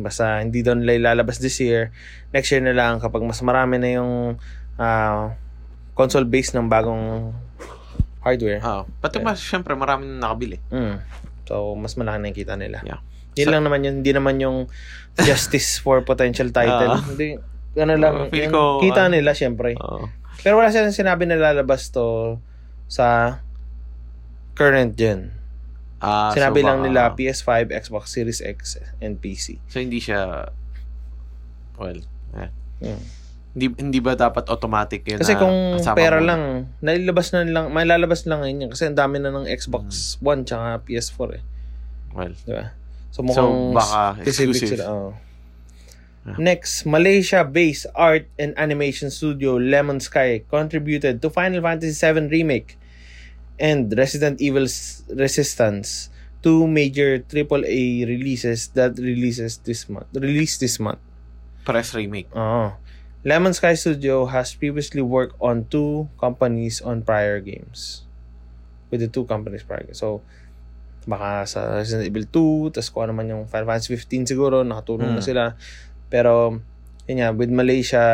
A: basta hindi daw nila ilalabas this year, next year na lang kapag mas marami na yung ah, console base ng bagong hardware.
B: Ah, pati mas, syempre, marami na nakabili.
A: Mm. So, mas malaki na yung kita nila.
B: Yeah.
A: Yun
B: Sa-
A: lang naman yun. Hindi naman yung justice for potential title.
B: Ah.
A: Hindi, ano lang.
B: Oh,
A: yun,
B: feel ko,
A: kita
B: ah.
A: nila, syempre.
B: Oo.
A: Pero wala silang sinabi na lalabas to sa current gen.
B: Ah, so
A: Sinabi lang
B: baka-
A: nila PS5, Xbox Series X, and PC.
B: So hindi siya well, eh.
A: Mm.
B: Hindi hindi ba dapat automatic 'yun?
A: Kasi
B: na
A: kung
B: kasama
A: pera
B: mo?
A: lang, nailalabas na lang, mailalabas lang ngayon yun. Kasi ang dami na ng Xbox
B: Hmm.
A: One tsaka PS4 eh.
B: Well,
A: Di ba? So
B: so
A: mukhang
B: baka
A: Specific
B: exclusive.
A: sila, oo.
B: Ah.
A: Next, Malaysia-based art and animation studio Lemon Sky contributed to Final Fantasy VII Remake and Resident Evil's Resistance, two major AAA releases that releases this month. Released this month.
B: Press remake.
A: Oo. Lemon Sky Studio has previously worked on two companies on prior games. With the two companies prior. So, baka sa Resident Evil 2, tas kung ano man yung Final Fantasy 15 siguro, nakatulong na
B: Mm.
A: sila. Pero, yun nga, with Malaysia,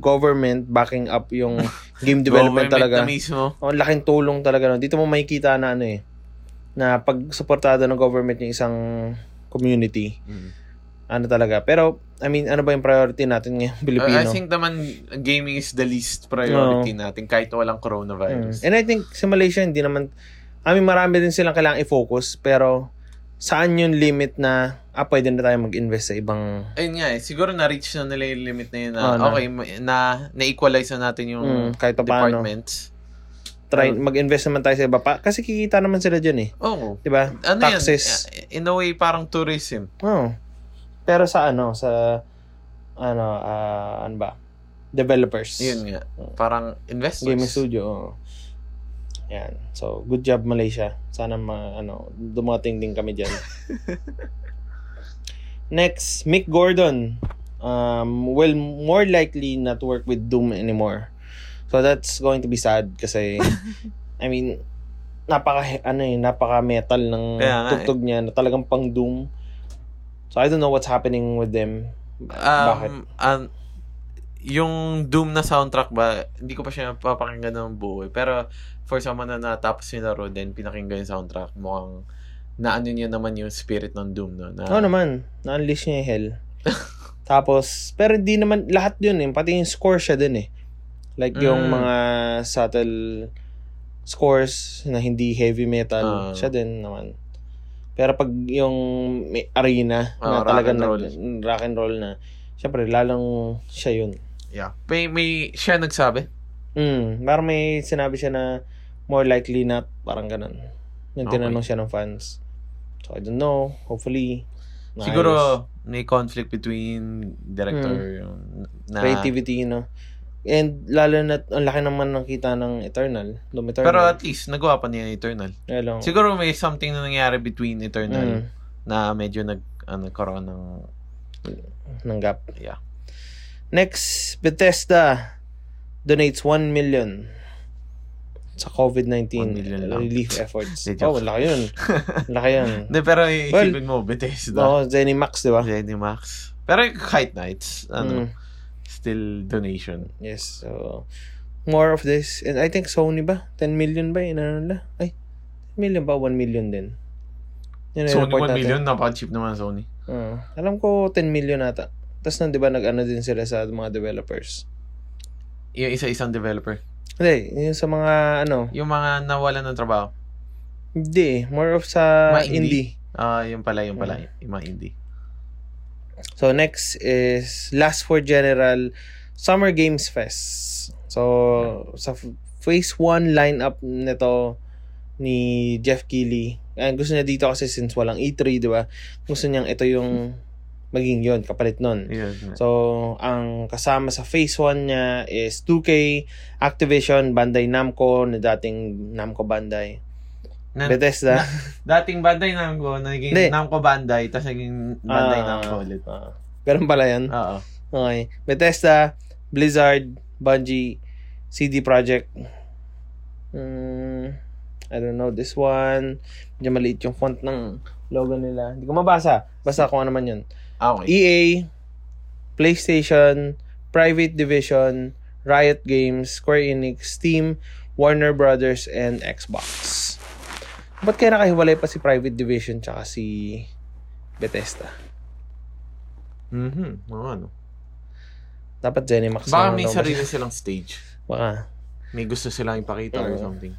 A: government backing up yung game development
B: Government
A: talaga. Oh,
B: na mismo.
A: Ang laking tulong talaga. No? Dito mo makikita na ano eh, na pag supportado ng government yung isang community,
B: Mm.
A: ano talaga. Pero, I mean, ano ba yung priority natin ngayon,
B: Uh,
A: Pilipino?
B: I think naman gaming is the least priority natin kahit walang
A: Mm.
B: coronavirus.
A: And I think sa Malaysia, hindi naman, I mean, marami din silang kailangang i-focus, pero saan yung limit na, ah, pwede na tayo mag-invest sa ibang,
B: Ayun nga eh, siguro na-reach na nila yung limit na yun na,
A: Oo Ah, na.
B: okay, ma- na, na-equalize na natin yung
A: mm, kahit pa paano,
B: departments.
A: try, mag-invest naman tayo sa iba pa, kasi kikita naman sila dyan eh,
B: Oo.
A: di ba?
B: Ano
A: Taxes.
B: yan? In a way, parang tourism.
A: Oo. Pero sa ano, sa, ano, ah, ano ba, developers.
B: Yun nga. Parang investors.
A: Gaming studio, oo. Yan. So, good job Malaysia. Sana ma, ano, dumating din kami dyan. Next, Mick Gordon um, will more likely not work with Doom anymore. So, that's going to be sad kasi, I mean, napaka, ano eh, napaka metal ng
B: Kaya nga eh.
A: tugtog niya na talagang pang Doom. So, I don't know what's happening with them. Bakit?
B: Um, um, yung Doom na soundtrack ba, hindi ko pa siya papakinggan ng buo. eh. Pero for someone na natapos yung laro, then pinakinggan yung soundtrack, mukhang naano niya naman yung spirit ng Doom, no? Na,
A: Oo naman. Na-unleash niya yung hell. Tapos, pero hindi naman, lahat yun eh. Pati yung score siya din eh. Like yung
B: Mm.
A: mga subtle scores na hindi heavy metal,
B: Ah.
A: siya din naman. Pero pag yung may arena na
B: Ah, rock
A: talagang
B: and
A: nag-
B: roll.
A: rock and roll na, syempre, lalong siya yun.
B: Yeah. May, may, siya nagsabi?
A: Mm, parang may sinabi siya na More likely not, parang ganun. Yung
B: Okay.
A: tinanong siya ng fans. So, I don't know. Hopefully, maayos.
B: Siguro, may conflict between director yun, na...
A: creativity, no? And lalo na, ang laki naman ng kita ng Eternal, Doom Eternal.
B: Pero at least, nagawa pa niya yung Eternal.
A: Alam ko.
B: Siguro may something na nangyari between
A: Mm,
B: Eternal na medyo nag, ano, nagkaroon ng...
A: ng gap.
B: Yeah.
A: Next, Bethesda donates 1 million sa
B: 1
A: COVID-19
B: million lang.
A: relief efforts.
B: Hindi,
A: oh,
B: joke.
A: laki yun. Laki yun.
B: Hindi, pero isipin mo, Bethesda.
A: Oo, Zenimax, di ba?
B: Zenimax. Pero kahit na, it's,
A: Mm,
B: ano, still donation.
A: yes. So, more of this. And I think Sony ba? 10 million ba? Inano nila? Ay, 10 million ba? 1 million din. Yun ang
B: Sony
A: Ano report
B: 1
A: natin.
B: million, napaka-cheap naman Sony.
A: Oo. alam ko 10 million ata. Tapos nun, di ba, nag-ano din sila sa mga developers.
B: Yung isa-isang developer.
A: Hindi, yung sa mga, ano,
B: Yung mga nawalan ng trabaho.
A: hindi, more of sa
B: Mga
A: indie.
B: indie. Ah, yung pala, yung pala. Yung mga indie.
A: So, next is Last for General Summer Games Fest. So, sa f- phase 1 lineup nito ni Jeff Keighley. Ang gusto niya dito kasi since walang E3, di ba? Gusto niyang ito yung maging yon kapalit nun.
B: Yun.
A: So, ang kasama sa phase 1 niya is 2K, Activision, Bandai Namco, na dating Namco Bandai,
B: Na-
A: Bethesda.
B: Dating Bandai Namco, naging
A: Hindi.
B: Namco Bandai, tapos naging Bandai
A: Ah.
B: Namco ulit.
A: Ah, ganun pala yan.
B: Oo.
A: Okay. Bethesda, Blizzard, Bungie, CD Projekt. Mm, I don't know this one. Medyo maliit yung font ng logo nila. Hindi ko mabasa. Basta kung ano man yun.
B: Ah, okay.
A: EA, PlayStation, Private Division, Riot Games, Square Enix, Steam, Warner Brothers, and Xbox. Ba't kaya nakahiwalay pa si Private Division tsaka si Bethesda?
B: Mhm. Oo, ano.
A: Dapat Zenimax. na
B: Baka
A: lang
B: may
A: daw
B: sarili
A: mas-
B: silang stage.
A: Baka.
B: May gusto silang ipakita or
A: Oo.
B: something.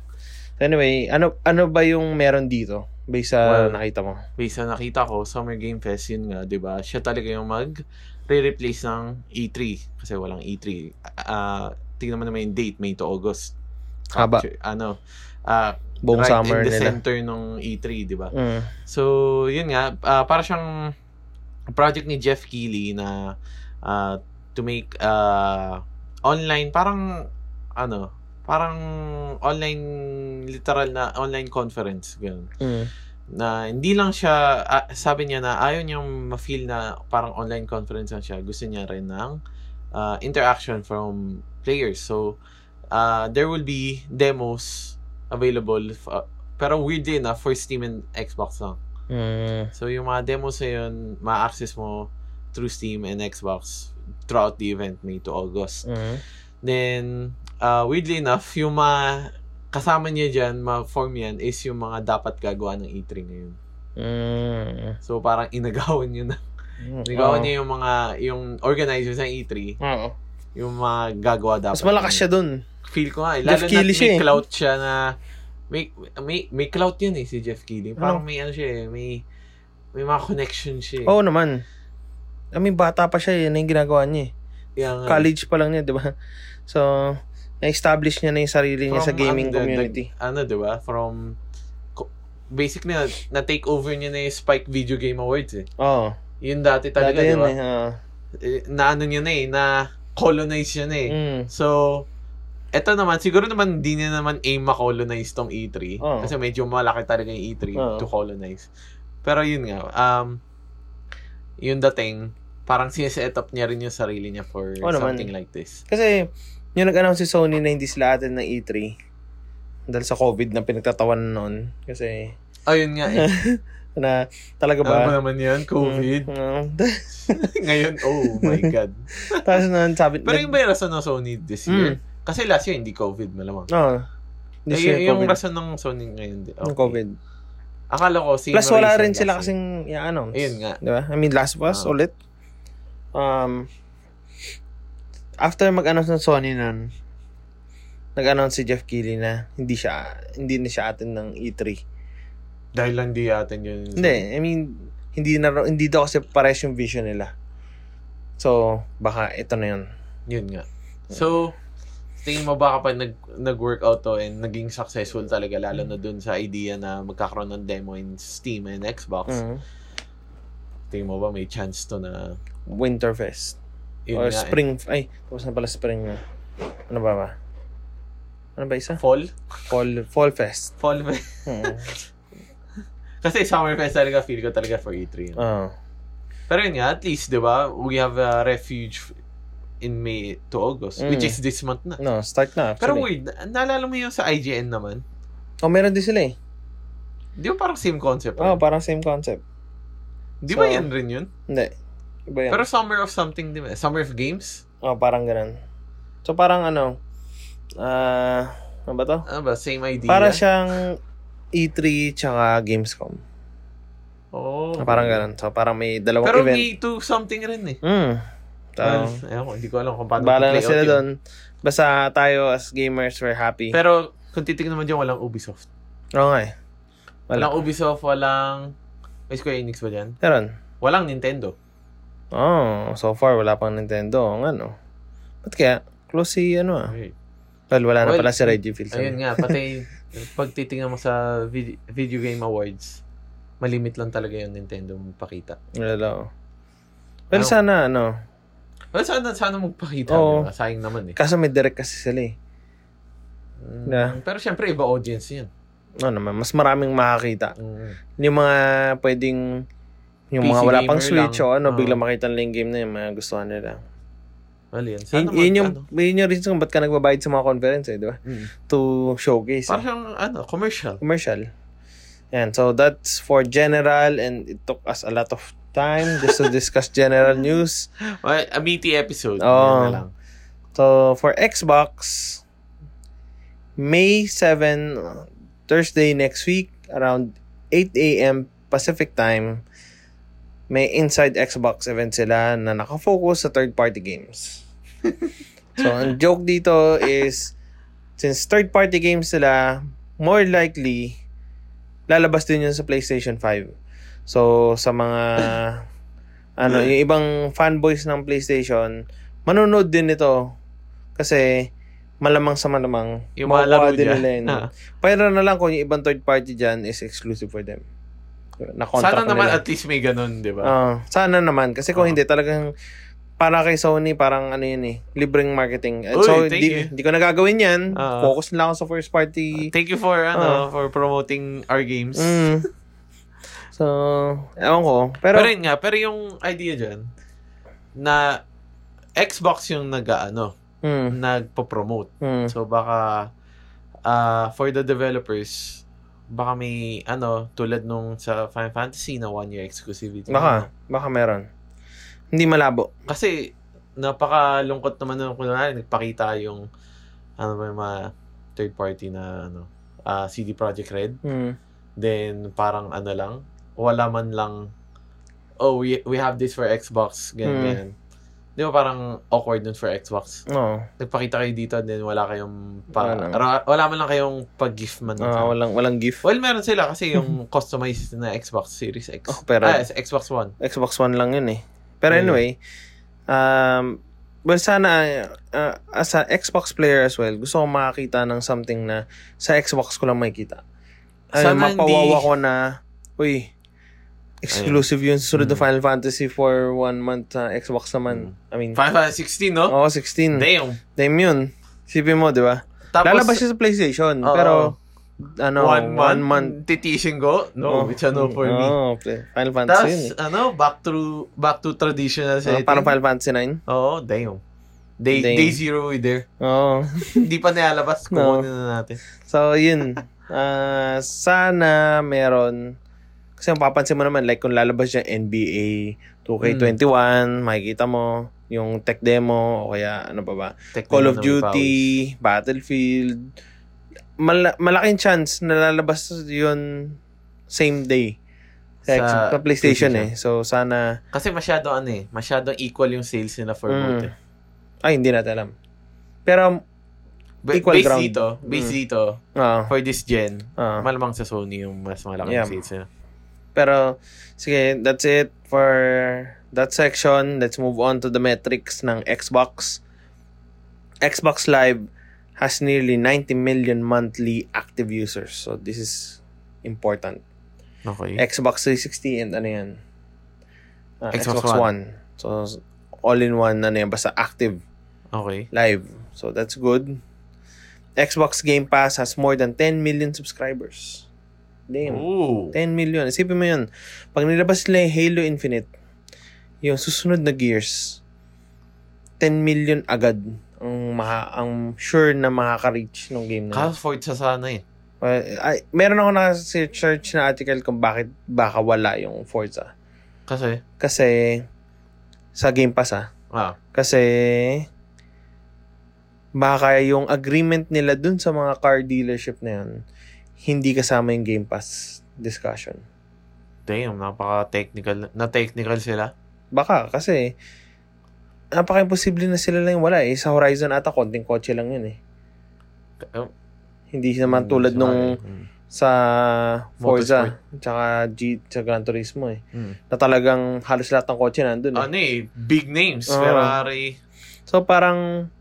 A: Anyway, ano ano ba yung meron dito? Based sa
B: Well,
A: nakita mo.
B: Based sa nakita ko, Summer Game Fest yun nga, di ba? Siya talaga yung mag re-replace ng E3 kasi walang E3. Ah, tingnan mo naman yung date, May to August.
A: Haba.
B: Actually, ano, ah,
A: Buong
B: right
A: summer
B: in the
A: nila.
B: center ng E3, di ba?
A: Mm.
B: So, yun nga, ah, para siyang project ni Jeff Keighley na ah, to make ah, online, parang ano, parang online literal na online conference ganun.
A: Mm.
B: Na hindi lang siya ah, sabi niya na ayaw niyang ma-feel na parang online conference lang siya. Gusto niya rin ng ah, interaction from players. So, ah, there will be demos available f- ah, pero weirdly enough for Steam and Xbox lang.
A: Mm.
B: So, yung mga demos na yun, ma-access mo through Steam and Xbox throughout the event, May to August.
A: Mm.
B: Then, uh, weirdly enough, yung mga kasama niya dyan, ma-form yan, is yung mga dapat gagawa ng E3 ngayon.
A: Mm.
B: So, parang inagawan yun na.
A: Oo.
B: Inagawan niya yung mga, yung organizers ng E3,
A: Oo.
B: yung mga gagawa dapat.
A: Mas malakas siya dun.
B: Feel ko nga, eh.
A: Jeff
B: lalo na
A: Keighley
B: may
A: siya eh.
B: clout siya na, may, may, may clout yun eh, si Jeff Keighley. Parang may ano siya eh, may, may mga connection siya eh.
A: Oo naman. I mean, bata pa siya. Yan na yung ginagawa niya. eh.
B: Kaya nga-
A: College pa lang niya, di ba? So, na-establish niya na yung sarili niya sa
B: From,
A: gaming
B: ano, the-
A: community.
B: ano, di ba? From, ko- basically, na, na-take over niya na yung Spike Video Game Awards eh.
A: Oo.
B: Yun dati talaga,
A: Dati
B: di
A: yun
B: ba?
A: eh. oo.
B: Eh, Na ano niya na eh, na colonize niya na eh.
A: Mm.
B: So, eto naman, siguro naman di niya naman aim ma-colonize tong E3.
A: Oo.
B: Kasi medyo malaki talaga yung E3
A: Oo.
B: to colonize. Pero yun nga, um, yun dating, parang sineset up niya rin yung sarili niya for
A: Oo naman.
B: something like this.
A: Kasi, yung nag-announce si Sony na hindi sila atin ng E3 dahil sa COVID na pinagtatawan noon. Kasi,
B: Ayun nga eh.
A: na talaga ba?
B: Alam mo naman yun, Ah, COVID.
A: Diba? Mm,
B: Ngayon, oh my God.
A: Tapos nun, sabi...
B: Pero yung ba yung rason ng Sony this year?
A: Mm.
B: Kasi last year, hindi COVID, malamang.
A: Oo. This
B: Eh,
A: year,
B: yung- yung
A: COVID.
B: rason ng Sony ngayon. di-
A: Yung
B: okay.
A: COVID.
B: Akala ko, same
A: Plus, wala
B: reason
A: rin sila
B: kasi.
A: kasing i-announce.
B: Ayun nga. Ah.
A: Diba? I mean, last was
B: Oo.
A: ulit. Um, after mag-announce ng Sony nun, nag-announce si Jeff Keighley na hindi siya hindi na siya atin ng E3.
B: Dahil lang di atin yun.
A: Hindi, I mean, hindi na raw- hindi daw kasi pares yung vision nila. So, baka ito na yun.
B: Yun nga. So, tingin mo ba kapag nag, nag-workout to and naging successful talaga, lalo na dun sa idea na magkakaroon ng demo in Steam and Xbox,
A: Hmm.
B: tingin mo ba may chance to na
A: Winterfest.
B: yun
A: Or
B: nga, eh,
A: spring. Ay, tapos na pala spring na. Ano ba ba? Ano ba isa?
B: fall?
A: Fall, fall Fest.
B: Fall ba?
A: Hmm.
B: Mm-hmm. Kasi summer fest talaga, feel ko talaga for E E3. yun.
A: Oo.
B: Pero yun nga, at least, di ba, we have a refuge in May to August, which
A: Mm.
B: is this month na.
A: no, start na
B: Pero
A: actually.
B: weird, na- naalala mo yung sa IGN naman?
A: oh, meron din sila eh.
B: Di ba parang same concept?
A: Oh,
B: rin?
A: parang same concept.
B: di ba
A: so-
B: yan rin yun?
A: Hindi. Iba yan.
B: Pero Summer of something, di ba? Summer of Games?
A: oh, parang ganun. So, parang ano, ah, ano ba to?
B: Ano ba? Same idea?
A: Para siyang E3 tsaka Gamescom. Ah,
B: Oh.
A: Parang ganun. So, parang may dalawang
B: Pero
A: event.
B: May to something rin eh.
A: Mm. So,
B: Well, ayun ko, hindi ko alam kung paano
A: bahala na
B: mag-play out
A: sila
B: yun.
A: doon. Basta tayo as gamers, we're happy.
B: Pero kung titignan mo dyan, walang Ubisoft.
A: Oo nga eh. Wala.
B: Walang Ubisoft, walang... May Square Enix ba dyan?
A: Meron.
B: Walang Nintendo.
A: Oh, so far wala pang Nintendo. Oo nga no. Ba't kaya? Close si ano ah.
B: Okay.
A: Well, wala na
B: Well,
A: pala si Reggie Fils.
B: Ayun nga, pati pag titignan mo sa vid- Video Game Awards, malimit lang talaga yung Nintendo magpakita.
A: Wala. oh. Well,
B: Ano?
A: sana ano.
B: Well, sana, sana magpakita.
A: Oo.
B: di ba? Sayang naman eh.
A: Kaso may direct kasi sila eh.
B: Mm,
A: Yeah.
B: Pero syempre, iba audience yun.
A: Ano naman, mas maraming makakita.
B: Mm.
A: Yung mga pwedeng yung
B: PC
A: mga wala pang
B: gamer
A: Switch
B: lang.
A: o ano,
B: Oo.
A: bigla makita nila yung game na yun, mga gustuhan nila.
B: Well, yun.
A: Yun,
B: Sana
A: yun, yung,
B: mag- ano.
A: yun yung reason kung ba't ka nagbabayad sa mga conference eh, di ba?
B: Mm.
A: To showcase. eh.
B: Parang siyang, ano, commercial.
A: commercial. And so that's for general and it took us a lot of time just to discuss general news.
B: Well, a meaty
A: Oo.
B: episode. Yun na lang.
A: So for Xbox, May 7, uh, Thursday next week, around 8 a.m. Pacific time, may Inside Xbox event sila na nakafocus sa third-party games. so, ang joke dito is, since third-party games sila, more likely, lalabas din yun sa PlayStation 5. So, sa mga, ano, yung ibang fanboys ng PlayStation, manonood din nito kasi malamang sa malamang
B: Yung
A: makukuha
B: mga laro niya.
A: nila yun.
B: Ah.
A: Pero na lang kung yung ibang third party dyan is exclusive for them. Na
B: Sana
A: contract
B: naman
A: nila.
B: at least may ganun, di ba?
A: Ah, sana naman kasi kung
B: Ah.
A: hindi talagang para kay Sony parang ano yun eh, libreng marketing. At
B: Uy,
A: so
B: thank you.
A: di, di ko nagagawin 'yan.
B: Ah.
A: Focus na lang ako sa first party.
B: Thank you for ano for promoting our games.
A: Ah. Mm. So, ewan ko. Pero,
B: Pero, yun nga, pero yung idea dyan, na Xbox yung nag ano,
A: mm,
B: nagpo-promote.
A: mm,
B: So baka ah, for the developers, baka may ano, tulad nung sa Final Fantasy na one year exclusivity.
A: baka, baka meron. Hindi malabo.
B: Kasi napakalungkot naman nung kunwari nagpakita yung ano ba yung mga third party na ano ah, CD Project Red.
A: Mm.
B: Then parang ano lang, wala man lang oh we we have this for Xbox ganyan.
A: Hmm.
B: ganyan. Di ba parang awkward nun for Xbox?
A: Oo.
B: Nagpakita kayo dito then wala kayong
A: Wala
B: pa,
A: lang.
B: ra- wala man lang kayong pag-gift man.
A: Ah,
B: wala.
A: walang walang gift.
B: Well, meron sila kasi yung customized na Xbox Series X.
A: Oh, pero-
B: ah, yes, Xbox One.
A: Xbox One lang yun eh. Pero
B: Mm.
A: anyway, um, well, sana, uh, as a Xbox player as well, gusto ko makakita ng something na sa Xbox ko lang makikita. Ay,
B: Sana
A: mapawawa
B: hindi-
A: ko na, uy, exclusive yun. Sunod na
B: Mm.
A: Final Fantasy for one month sa Xbox naman. I mean,
B: Final Fantasy 16, no?
A: oo, 16.
B: Damn.
A: Damn yun. Sipin mo, di ba?
B: Tapos,
A: hmm. Lalabas siya sa PlayStation,
B: Oo.
A: pero, ano,
B: one month,
A: One month.
B: titiisin ko? No,
A: Oh.
B: it's a no for me.
A: Oo, Final Fantasy
B: Tapos,
A: yun eh.
B: ano, back to back to traditional
A: Oo, Ah,
B: setting.
A: parang Final Fantasy 9.
B: Oo, damn. Day,
A: Damn.
B: day zero we there.
A: Oo.
B: Hindi pa nilalabas.
A: No.
B: Kukunin na natin.
A: So, yun. Ah, sana meron. Kasi mapapansin mo naman, like kung lalabas yung NBA
B: Hmm.
A: 2K21, makikita mo yung tech demo, o kaya ano pa ba,
B: Tek
A: Call
B: na
A: of
B: may
A: Duty, Battlefield. Mal- malaking chance na lalabas yun same day. Sa,
B: Sa
A: Xbox- sa PlayStation,
B: PlayStation.
A: eh. So, sana...
B: pawis. Kasi masyado ano eh, masyadong equal yung sales nila for both eh.
A: Mm, ay, hindi natin alam. Pero,
B: Ba-
A: Equal
B: based
A: ground.
B: dito, based
A: Mm.
B: dito,
A: ah,
B: for this gen,
A: ah.
B: malamang sa Sony yung mas malaking
A: Yeah.
B: sales nila.
A: Pero, sige, that's it for that section. Let's move on to the metrics ng Xbox. Xbox Live has nearly 90 million monthly active users. So this is important. Hmm.
B: Okay.
A: Xbox 360 and ano yan? Ah,
B: Xbox
A: Xbox, One. So all-in-one ano yan, basta active,
B: Okay.
A: live. So that's good. Xbox Game Pass has more than 10 million subscribers. Damn.
B: Ooh.
A: 10 million. Isipin mo yun. Pag nilabas nila yung Halo Infinite, yung susunod na Gears, 10 million agad ang, maha, ang sure na makaka-reach ng game na yun.
B: Call for it sa sana eh. yun.
A: Well, ay, meron ako nakasearch na article kung bakit baka wala yung Forza.
B: Kasi,
A: Kasi, sa Game Pass ah.
B: ah,
A: Kasi, baka yung agreement nila dun sa mga car dealership na yun, hindi kasama yung Game Pass discussion.
B: damn, napaka-technical. Na-technical sila.
A: Baka, kasi napaka-imposible na sila lang yung wala eh. Sa Horizon ata, konting kotse lang yun eh.
B: Oh,
A: Hindi naman tulad nung
B: Mm.
A: sa Forza, tsaka, G, tsaka Gran Turismo eh.
B: Mm.
A: Na talagang halos lahat ng kotse nandun eh.
B: Ano eh, big names.
A: Oo.
B: Ferrari.
A: So parang,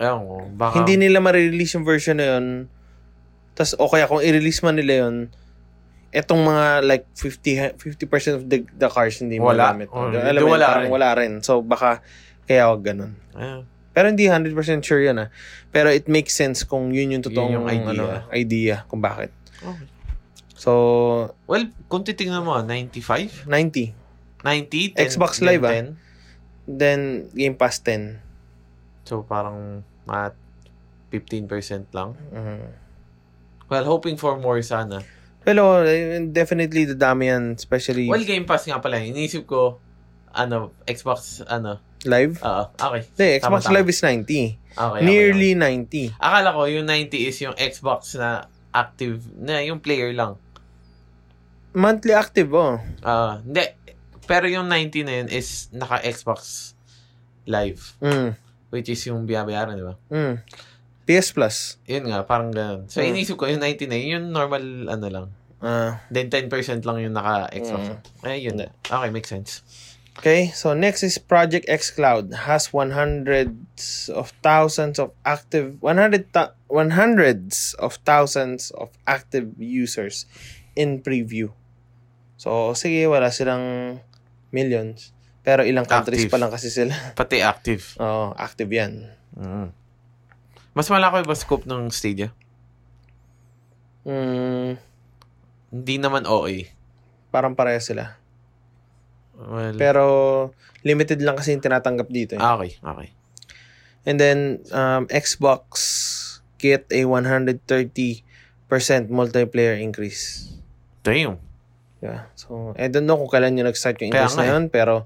B: Ewan ko, baka...
A: hindi nila ma-release yung version na yun. Tapos, o kaya kung i-release man nila yun, etong mga like 50 50% of the, the cars hindi
B: Wala.
A: magamit.
B: Oh,
A: Alam
B: hindi,
A: mo, yun,
B: wala
A: parang
B: rin.
A: wala rin. So baka kaya wag ganun.
B: Ayun.
A: Pero hindi 100% sure yun ah. Pero it makes sense kung yun yung
B: Yun
A: totoong
B: yung idea.
A: Ano, idea kung bakit.
B: Okay.
A: So,
B: oh. Well, kung titignan mo, ah, 95?
A: 90.
B: 90? 10,
A: Xbox
B: then
A: Live, ah.
B: 10.
A: Then, Game Pass 10.
B: So, parang mga 15% lang.
A: Mhm.
B: Well, hoping for more sana.
A: Pero, eh, definitely dadami yan. Especially
B: Well, Game Pass nga pala. Inisip ko, ano, Xbox, ano,
A: live.
B: oo, okay.
A: Hindi, Xbox
B: tama.
A: Live is 90.
B: Okay,
A: Nearly
B: Okay,
A: 90.
B: okay. Akala ko yung 90 is yung Xbox na active, na yung player lang.
A: Monthly active, oh.
B: Ah, hindi. Pero yung 90 na yun is naka-Xbox Live,
A: Mm.
B: which is yung binabayaran, di ba?
A: Mm. PS Plus.
B: Yun nga, parang ganun. So,
A: Mm.
B: inisip ko, yung 90 na yun, yung normal, ano lang.
A: Ah,
B: Then, 10% lang yung naka-Xbox.
A: Mm.
B: Eh, yun na. Okay, makes sense.
A: okay, so next is Project X Cloud has 100s of thousands of active 100 thou- 100s of thousands of active users in preview. So sige, wala silang millions, pero ilang countries
B: Active.
A: pa lang kasi sila.
B: Pati active.
A: Oh, active 'yan.
B: Mm. Mas malaki ba scope ng Stadia?
A: Mm,
B: Hindi naman OA.
A: parang pareha sila.
B: Well,
A: Pero limited lang kasi yung tinatanggap dito. eh.
B: Hmm. ah, okay, okay.
A: And then um, Xbox get a 130% multiplayer increase.
B: Damn.
A: Yeah. So, I don't know kung kailan yung nag-start yung
B: Kaya
A: increase na
B: nga eh.
A: yun, pero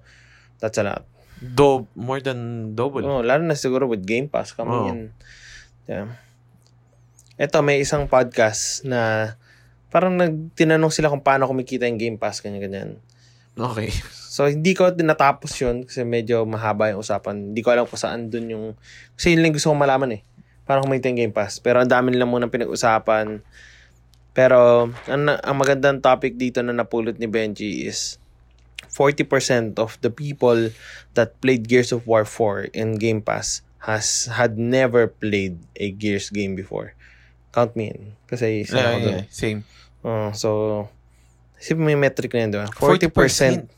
A: that's a lot.
B: Do more than double.
A: Oh, lalo na siguro with Game Pass coming
B: Oo.
A: in. Yeah. Ito, may isang podcast na parang nagtinanong sila kung paano kumikita yung Game Pass, ganyan-ganyan.
B: Okay.
A: So, hindi ko natapos yun kasi medyo mahaba yung usapan. Hindi ko alam kung saan dun yung... Kasi yun lang gusto kong malaman eh. Parang kumita yung Game Pass. Pero ang dami lang muna pinag-usapan. Pero ang, ang magandang topic dito na napulot ni Benji is 40% of the people that played Gears of War 4 in Game Pass has had never played a Gears game before. Count me in. Kasi isa ako
B: Yeah,
A: dun.
B: yeah, same.
A: Oh, so, isipin mo yung metric na yun, di ba? 40%,
B: 40%.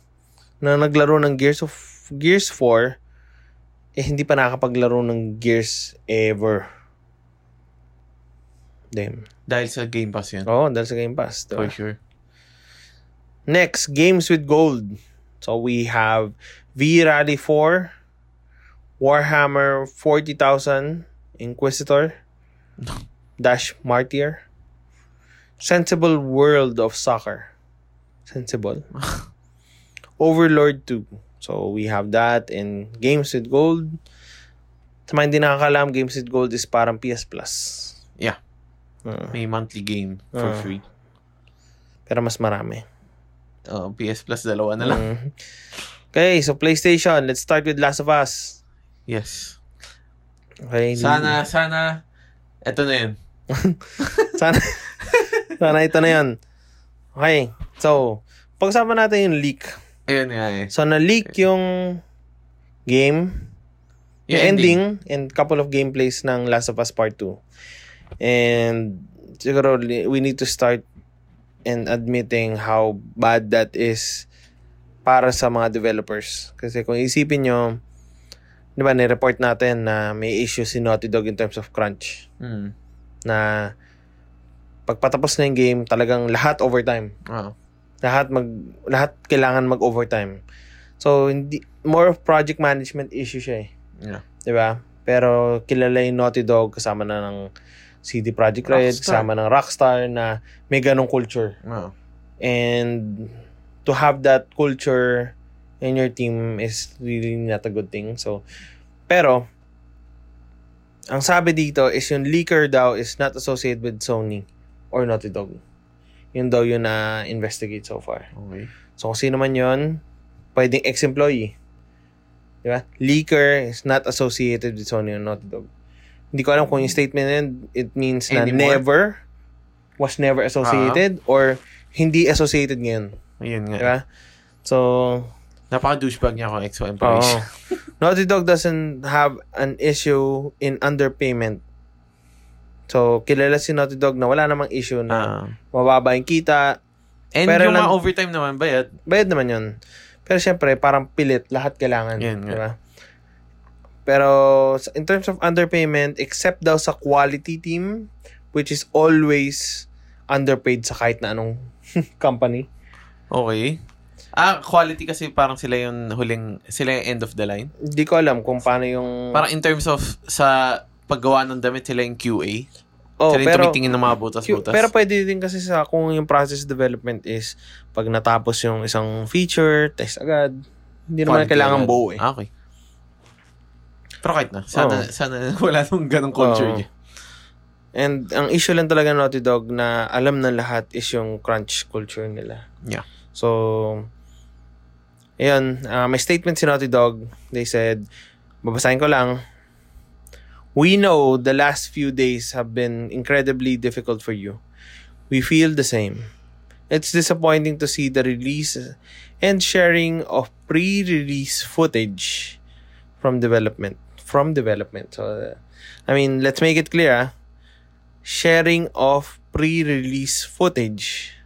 A: na naglaro ng Gears of Gears 4, eh hindi pa nakakapaglaro ng Gears ever. Damn.
B: Dahil sa Game Pass yun.
A: Oo, oh, dahil sa Game Pass. di ba?
B: For sure.
A: Next, games with gold. So we have V-Rally 4, Warhammer 40,000, Inquisitor, Dash Martyr, Sensible World of Soccer. Sensible. Overlord 2. So we have that in Games with Gold. Sa mga hindi nakakalam, Games with Gold is parang PS Plus.
B: Yeah.
A: Uh,
B: May monthly game for
A: Ah.
B: free.
A: pero mas marami.
B: Oh, PS Plus, dalawa na lang.
A: Mm. Okay, so PlayStation, let's start with Last of Us.
B: Yes.
A: Okay.
B: Sana, sana, eto na yun.
A: sana sana ito na 'yon. Okay. So, pag-usapan natin yung leak.
B: Ayun nga eh.
A: So na-leak yung game Yung ending. and couple of gameplays ng Last of Us Part 2. And siguro li- we need to start and admitting how bad that is para sa mga developers. Kasi kung isipin nyo, di ba, nireport natin na may issue si Naughty Dog in terms of crunch.
B: Mm.
A: Na pagpatapos na yung game, talagang lahat overtime
B: Ah.
A: lahat mag lahat kailangan mag overtime. So hindi more of project management issue siya eh.
B: Yeah.
A: 'Di ba? Pero kilala yung Naughty Dog kasama na ng CD Projekt Red,
B: Rockstar.
A: kasama ng Rockstar na may ganong culture.
B: Ah.
A: And to have that culture in your team is really not a good thing. So pero ang sabi dito is yung leaker daw is not associated with Sony or Naughty Dog. Yun daw yun na investigate so far.
B: Okay.
A: So, kung sino man yun, pwedeng ex-employee. Di ba? Leaker is not associated with Sony or Naughty Dog. Hindi ko alam kung yung statement na yun, it means na
B: Anymore? Ah.
A: never, was never associated, or hindi associated ngayon.
B: Ayun
A: Di
B: nga.
A: ba? So,
B: Napaka-douchebag niya kung ex employees.
A: Oo. Naughty Dog doesn't have an issue in underpayment. So, kilala si Naughty Dog na wala namang issue na
B: Ah.
A: mababa yung kita,
B: And
A: Pero
B: yung mga
A: lang-
B: overtime naman, bayad.
A: bayad naman yun. Pero syempre, parang pilit, lahat kailangan.
B: Yan nga.
A: diba? Pero sa- in terms of underpayment, except daw sa quality team, which is always underpaid sa kahit na anong company.
B: Okay. Ah, quality kasi parang sila yung huling, sila yung end of the line.
A: Hindi ko alam kung paano yung...
B: Parang in terms of sa paggawa ng damit, sila yung QA.
A: oh,
B: sila yung
A: pero,
B: tumitingin ng mga
A: Q-
B: butas-butas.
A: pero pwede din kasi sa kung yung process development is pag natapos yung isang feature, test agad. Hindi naman
B: Quality
A: kailangan
B: agad.
A: buo eh. Oh.
B: Ah, okay. Pero kahit na. Sana,
A: Oo.
B: sana wala nung ganong culture
A: Oo.
B: niya.
A: And ang issue lang talaga ng Naughty Dog na alam ng lahat is yung crunch culture nila.
B: Yeah.
A: So, ayun, ah, may statement si Naughty Dog. They said, babasahin ko lang, We know the last few days have been incredibly difficult for you. We feel the same. It's disappointing to see the release and sharing of pre-release footage from development. From development. So, I mean, let's make it clear. ah. Sharing of pre-release footage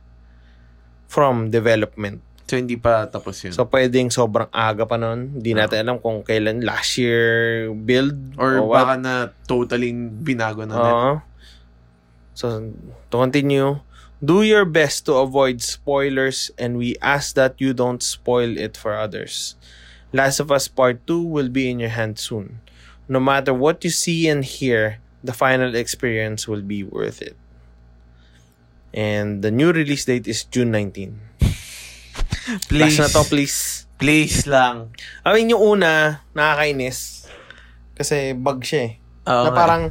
A: from development.
B: So, hindi pa tapos yun. Ah.
A: So, pwedeng sobrang aga pa nun. Hindi natin alam kung kailan last year build
B: Or
A: oh, what. Oh.
B: baka na totally binago na net.
A: Oo. So, to continue, do your best to avoid spoilers and we ask that you don't spoil it for others. Last of Us Part 2 will be in your hands soon. No matter what you see and hear, the final experience will be worth it. And the new release date is June 19. Last
B: Please.
A: na to, please.
B: Please lang.
A: I mean, yung una, nakakainis. Kasi bug siya eh.
B: Oo
A: Na
B: nga.
A: parang,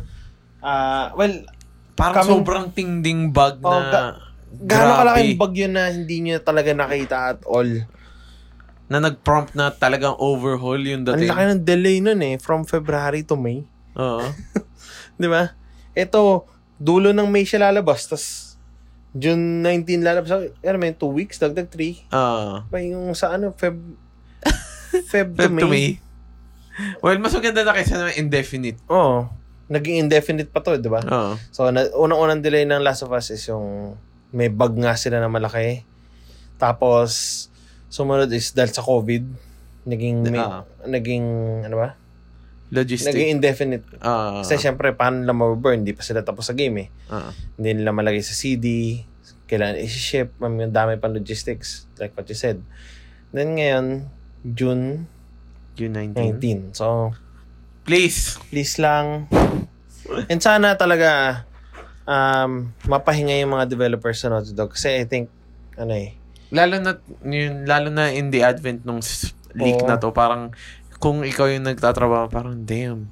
A: ah, well,
B: parang
A: Kaming-
B: sobrang tingding bug na
A: Oh, ga- Gaano
B: Grabe.
A: kalaking bag yun na hindi nyo talaga nakita at all.
B: na nag-prompt na talagang overhaul yung
A: Ang
B: dating.
A: laki ng delay nun eh. From February to May.
B: Oo.
A: Di ba? Ito, dulo ng May siya lalabas. Tapos, June 19 lalabas. Ano may 2 weeks, dagdag 3.
B: Oo.
A: Pa yung sa ano, Feb... Feb to
B: Feb to
A: May.
B: May. Well, mas maganda na kaysa naman indefinite.
A: Oo. Naging indefinite pa to, di ba?
B: Oo.
A: So, na, unang-unang delay ng Last of Us is yung may bug nga sila na malaki. Tapos, sumunod is dahil sa COVID, naging, may-
B: Ah.
A: naging, ano ba?
B: Logistic. Ah,
A: Naging indefinite.
B: Oo.
A: Kasi syempre, paano nila mababurn? Hindi pa sila tapos sa game eh.
B: Oo.
A: Hindi nila malagay sa CD. Kailangan isi-ship. May dami pang logistics. Like what you said. Then ngayon, June
B: June 19.
A: 19. So,
B: Please.
A: please lang. And sana talaga um, mapahinga yung mga developers sa Naughty Dog. Kasi I think, ano eh,
B: Lalo na, yun, lalo na in the advent nung s- leak
A: Oo.
B: na to, parang kung ikaw yung nagtatrabaho, parang damn.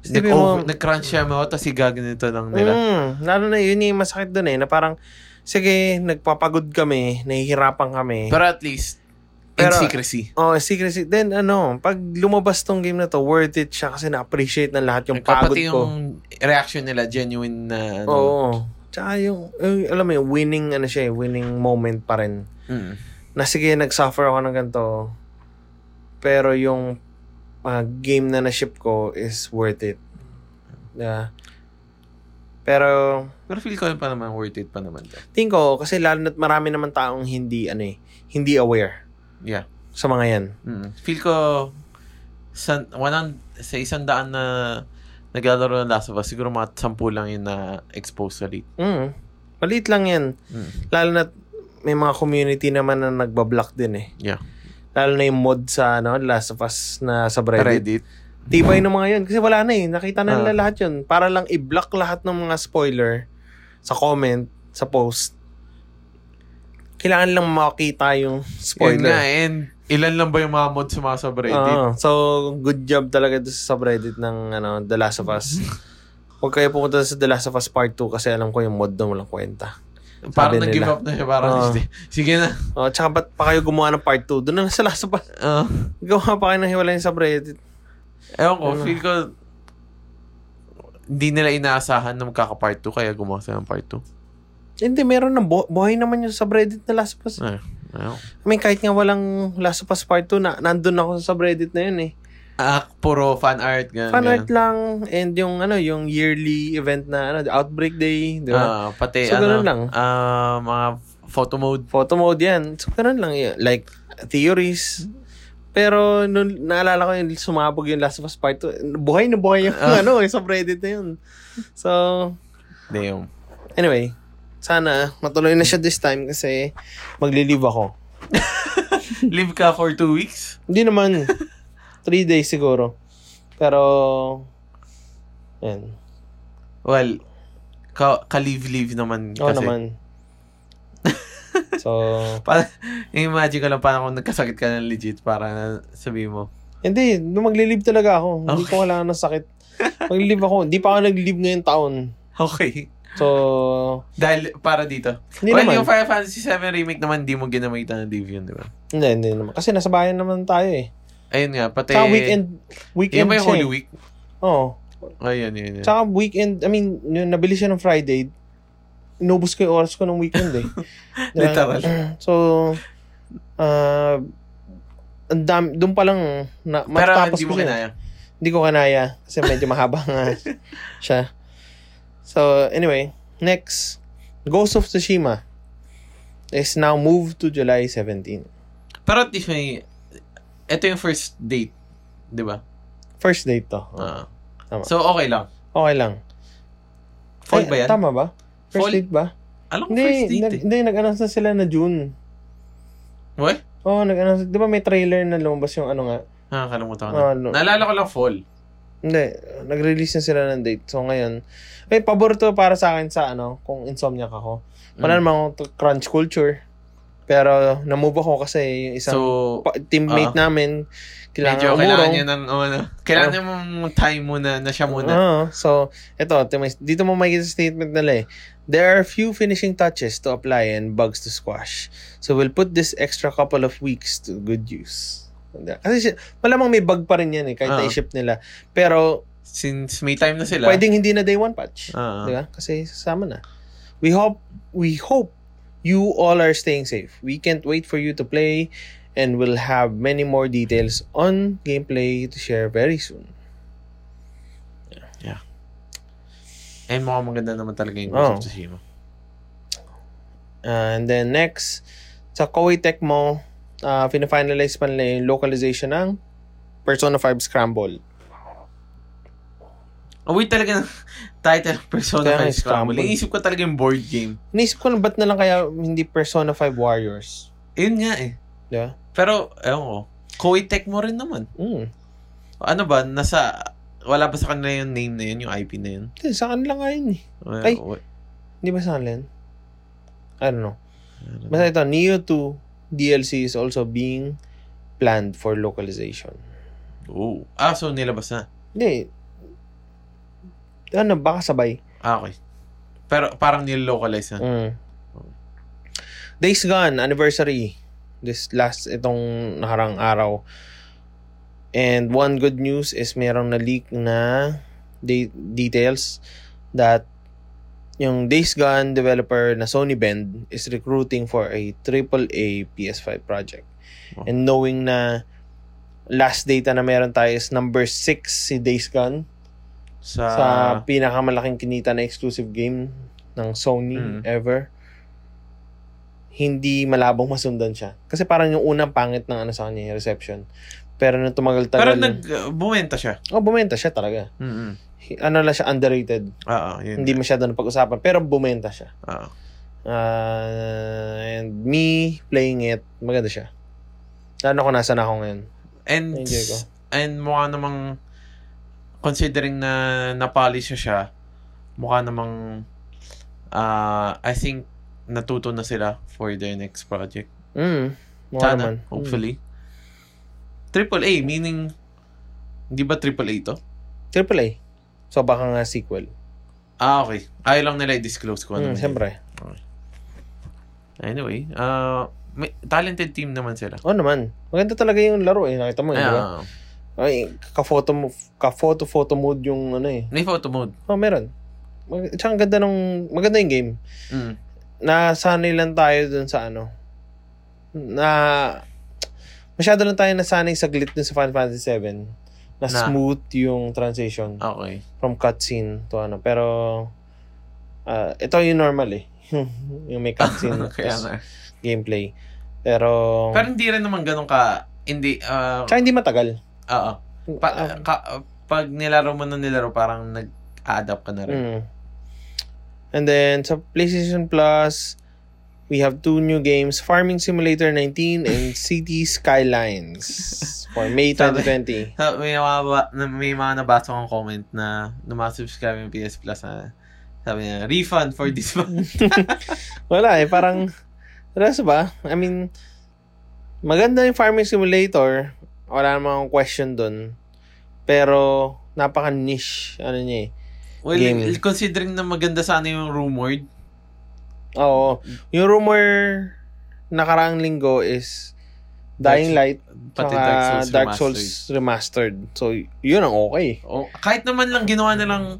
A: Isipin
B: Nag-over,
A: mo-
B: nag-crunch siya mo, tapos igaganito lang nila.
A: Mm, lalo na yun yung masakit dun eh, na parang, sige, nagpapagod kami, nahihirapan kami.
B: Pero at least,
A: Mm.
B: in
A: Pero-
B: secrecy.
A: Oh, secrecy. Then ano, pag lumabas tong game na to, worth it siya kasi na-appreciate ng lahat yung pagod
B: Kapati
A: ko.
B: yung reaction nila, genuine na ano.
A: Oo. Tsaka yung, yung, alam mo yung winning, ano siya eh, winning moment pa rin.
B: Mm.
A: Na sige, nag-suffer ako ng ganito. Pero yung ah, game na na-ship ko is worth it. na pero,
B: Pero feel ko pa naman worth it pa naman. to.
A: tingin ko, kasi lalo na't marami naman taong hindi, ano eh, hindi aware
B: Yeah.
A: sa mga yan.
B: Mm. Feel ko sa, walang, sa isang daan na naglalaro ng Last of Us, siguro mga sampu lang yun na exposed sa leak.
A: Mm, maliit lang yan.
B: Mm.
A: Lalo na may mga community naman na nagbablock din eh.
B: Yeah.
A: Lalo na yung mod sa ano, Last of Us na sa Reddit.
B: Reddit.
A: Tibay ng mga yun. Kasi wala na eh. Nakita na nila
B: Ah.
A: lahat yun. Para lang i-block lahat ng mga spoiler sa comment, sa post. Kailangan lang makita yung
B: Yun nga, eh.
A: spoiler.
B: and ilan lang ba yung mga mod sa mga subreddit?
A: Oo. so, good job talaga doon sa subreddit ng ano, The Last of Us. Huwag kayo pumunta sa The Last of Us Part 2 kasi alam ko yung mod doon walang kwenta.
B: parang
A: sabi
B: nag-give
A: nila. Ah.
B: up na siya. Parang,
A: Oo.
B: "Sige- sige na.
A: Oh, tsaka ba't pa kayo gumawa ng Part 2? Doon na lang sa Last of Us.
B: Oo.
A: Gawa pa kayo ng hiwalay sa subreddit.
B: ewan ko,
A: Ano?
B: feel ko, hindi nila inaasahan na magkaka-part 2, kaya gumawa sila ng part 2.
A: Hindi, meron na. Bu- buhay naman yung subreddit na Last of Us.
B: Ay, Ah, ewan ko.
A: I mean, kahit nga walang Last of Us Part 2, na, nandun ako sa subreddit na yun eh.
B: Ah, puro fan art, ganyan.
A: Fan art lang, and yung ano, yung yearly event na ano, the Outbreak Day, di ba?
B: Ah, pati,
A: So,
B: ano,
A: ganun lang.
B: ah, mga photo mode.
A: Photo mode yan. So, ganun lang yun. Like, theories. Pero, nung naalala ko yung sumabog yung Last of Us Part 2, buhay na buhay yung
B: Ah.
A: ano, yung subreddit na yun. So,
B: Damn.
A: anyway, sana matuloy na siya this time kasi maglilive ako.
B: Live ka for two weeks?
A: Hindi naman. Three days siguro. Pero, yan.
B: Well, ka- ka-leave-leave naman
A: Oo
B: kasi.
A: naman. so,
B: Pa- imagine ko lang parang kung nagkasakit ka ng legit para sabi mo.
A: hindi. nung Maglilib talaga ako.
B: Oh.
A: Hindi ko wala ng sakit. Maglilib ako. Hindi pa ako naglilib ngayong taon.
B: Okay.
A: So,
B: Dahil para dito.
A: hindi
B: well,
A: naman.
B: yung Final Fantasy 7 remake naman, di mo ginamita ng leave yun, di ba?
A: Hindi, hindi naman. Kasi nasa bayan naman tayo eh.
B: Ayun nga, pati...
A: Tsaka weekend.
B: Yun
A: Weekend
B: ba yung
A: siya
B: Holy
A: eh.
B: Week?
A: Oo.
B: Ayun, yun, yun.
A: Tsaka weekend, I mean, yun, nabili siya ng Friday. Inubos ko yung oras ko ng weekend eh. Diba?
B: Literal.
A: So, uh, ang dam, doon pa lang, na,
B: Pero
A: matatapos
B: hindi
A: ko siya.
B: mo
A: eh.
B: kinaya.
A: Hindi ko kanaya kasi medyo mahaba nga siya. So, anyway, next, Ghost of Tsushima is now moved to July 17.
B: Pero at least may... Ito yung first date. Di ba?
A: First date to.
B: Ah.
A: Tama.
B: So, okay lang.
A: Okay lang. Ay,
B: Fall ba yan?
A: Tama ba? First
B: Fall?
A: date ba?
B: Alam ko first
A: Hindi,
B: date
A: nag,
B: eh.
A: hindi, nag-announce na sila na June.
B: What?
A: Oo, oh, nag-announce. Di ba may trailer na lumabas yung ano nga?
B: Ah, kalimutan ko na.
A: Ah, no.
B: Naalala ko lang fall.
A: Hindi, nag-release na sila ng date. So ngayon, ay paborito para sa akin sa ano, kung insomniac ako. Wala
B: Mm.
A: naman akong t- crunch culture. Pero na-move ako kasi yung isang
B: So,
A: pa- teammate namin
B: Ah. medyo
A: kailangan
B: kailangan
A: umurong.
B: niya ng, oh, ano, kailangan niya mong time muna na siya muna.
A: Oo. so, ito, tim- dito mo makikita sa statement nila eh. There are few finishing touches to apply and bugs to squash. So, we'll put this extra couple of weeks to good use. Kasi siya- malamang may bug pa rin yan eh, kahit
B: Ah.
A: na-ship nila. Pero,
B: Since may time na sila.
A: pwedeng hindi na day one patch.
B: Ah.
A: Di ba? Kasi sasama na. We hope we hope you all are staying safe. We can't wait for you to play and we'll have many more details on gameplay to share very soon.
B: Eh, mukhang maganda naman talaga yung
A: Oo.
B: Ghost of Tsushima.
A: and then next, sa Koei Tecmo, uh, pina-finalize pa nila yung localization ng Persona 5 Scramble.
B: Oh, wait talaga ng title ng Persona
A: Kaya nga,
B: 5 Scramble.
A: Scramble.
B: Iisip ko talaga yung board game.
A: Naisip ko na ba't na lang kaya hindi Persona 5 Warriors?
B: Yun nga eh.
A: Di ba?
B: Pero, ewan ko. Koei Tecmo rin naman.
A: Mm.
B: Ano ba? Nasa... Wala ba sa kanila yung name na yun? Yung IP na yun?
A: Hindi, sa kanila nga yun eh.
B: Well,
A: Ay.
B: wait.
A: Hindi ba sa kanila yun? I don't know. Basta ito, Neo 2 DLC is also being planned for localization.
B: Oh. Ah, so nilabas na.
A: Hindi. Ano, baka sabay.
B: Ah, okay. Pero parang nilocalize na.
A: Mm. Days Gone Anniversary. This last, itong nakarang araw. And one good news is merong na-leak na de- details that yung Days Gone developer na Sony Bend is recruiting for a AAA PS5 project.
B: Oh.
A: And knowing na last data na meron tayo is number 6 si Days Gone
B: Sa,
A: sa pinakamalaking kinita na exclusive game ng Sony
B: Mm.
A: ever. Hindi malabong masundan siya. Kasi parang yung unang pangit ng ano sa kanya, yung reception. Pero nung
B: pero
A: tumagal-tagal,
B: nag, bumenta siya.
A: oh, bumenta siya talaga.
B: Mm-mm.
A: Ano lang siya, underrated.
B: Oo, yun.
A: Hindi masyado na pag-usapan, pero bumenta siya.
B: Oo.
A: Uh, and me playing it, maganda siya. Lalo ko nasa na ako ngayon.
B: And,
A: Na-enjoy ko.
B: and mukha namang, considering na napolish siya siya, mukha namang, ah, I think, natuto na sila for their next project.
A: Mm. mukha
B: Sana,
A: naman. Hmm.
B: hopefully. Triple A, meaning, di ba triple A to?
A: Mm. Triple A. So baka nga sequel.
B: Ah, okay. Ayaw lang nila i-disclose ko.
A: Mm, Siyempre.
B: Anyway, uh, may talented team naman sila.
A: Oo naman. Maganda talaga yung laro eh. Nakita mo eh, di ba?
B: Ah,
A: Ay, ka-photo, mo- ka-photo-photo mode yung ano eh.
B: may photo mode.
A: Oh, meron. Mag- tsaka ang ganda ng, maganda yung game.
B: Mm.
A: Nasanay lang tayo dun sa ano. Na, masyado lang tayo nasanay sa glit dun sa Final Fantasy 7 na,
B: Na. Ah.
A: smooth yung transition
B: Okay.
A: from cutscene to ano. Pero, ah, ito yung normal eh. yung may cutscene
B: Kaya
A: tapos
B: nga.
A: gameplay. Pero,
B: Pero hindi rin naman ganun ka, hindi, ah,
A: tsaka hindi matagal.
B: oo. Pa- ka- ah, pag nilaro mo na nilaro, parang nag-adapt ka na rin.
A: Mm. And then sa PlayStation Plus, we have two new games, Farming Simulator 19 and City Skylines for May
B: Sabi-
A: 2020.
B: Ah, may, mga ba- na- may mga nabasa kong comment na numa-subscribe yung PS Plus na sabi niya, refund for this one.
A: Mm. Wala eh, parang Alas ba? I mean, maganda yung Farming Simulator. Wala namang question dun. Pero, napaka-niche. Ano niya eh.
B: Well,
A: Game.
B: considering na maganda sana yung rumored.
A: Oo. Yung rumor nakaraang linggo is Dying Light
B: Pati
A: Tsaka
B: Dark Souls
A: Dark
B: Remastered.
A: Souls Remastered. So, yun ang okay.
B: Oh, kahit naman lang ginawa na lang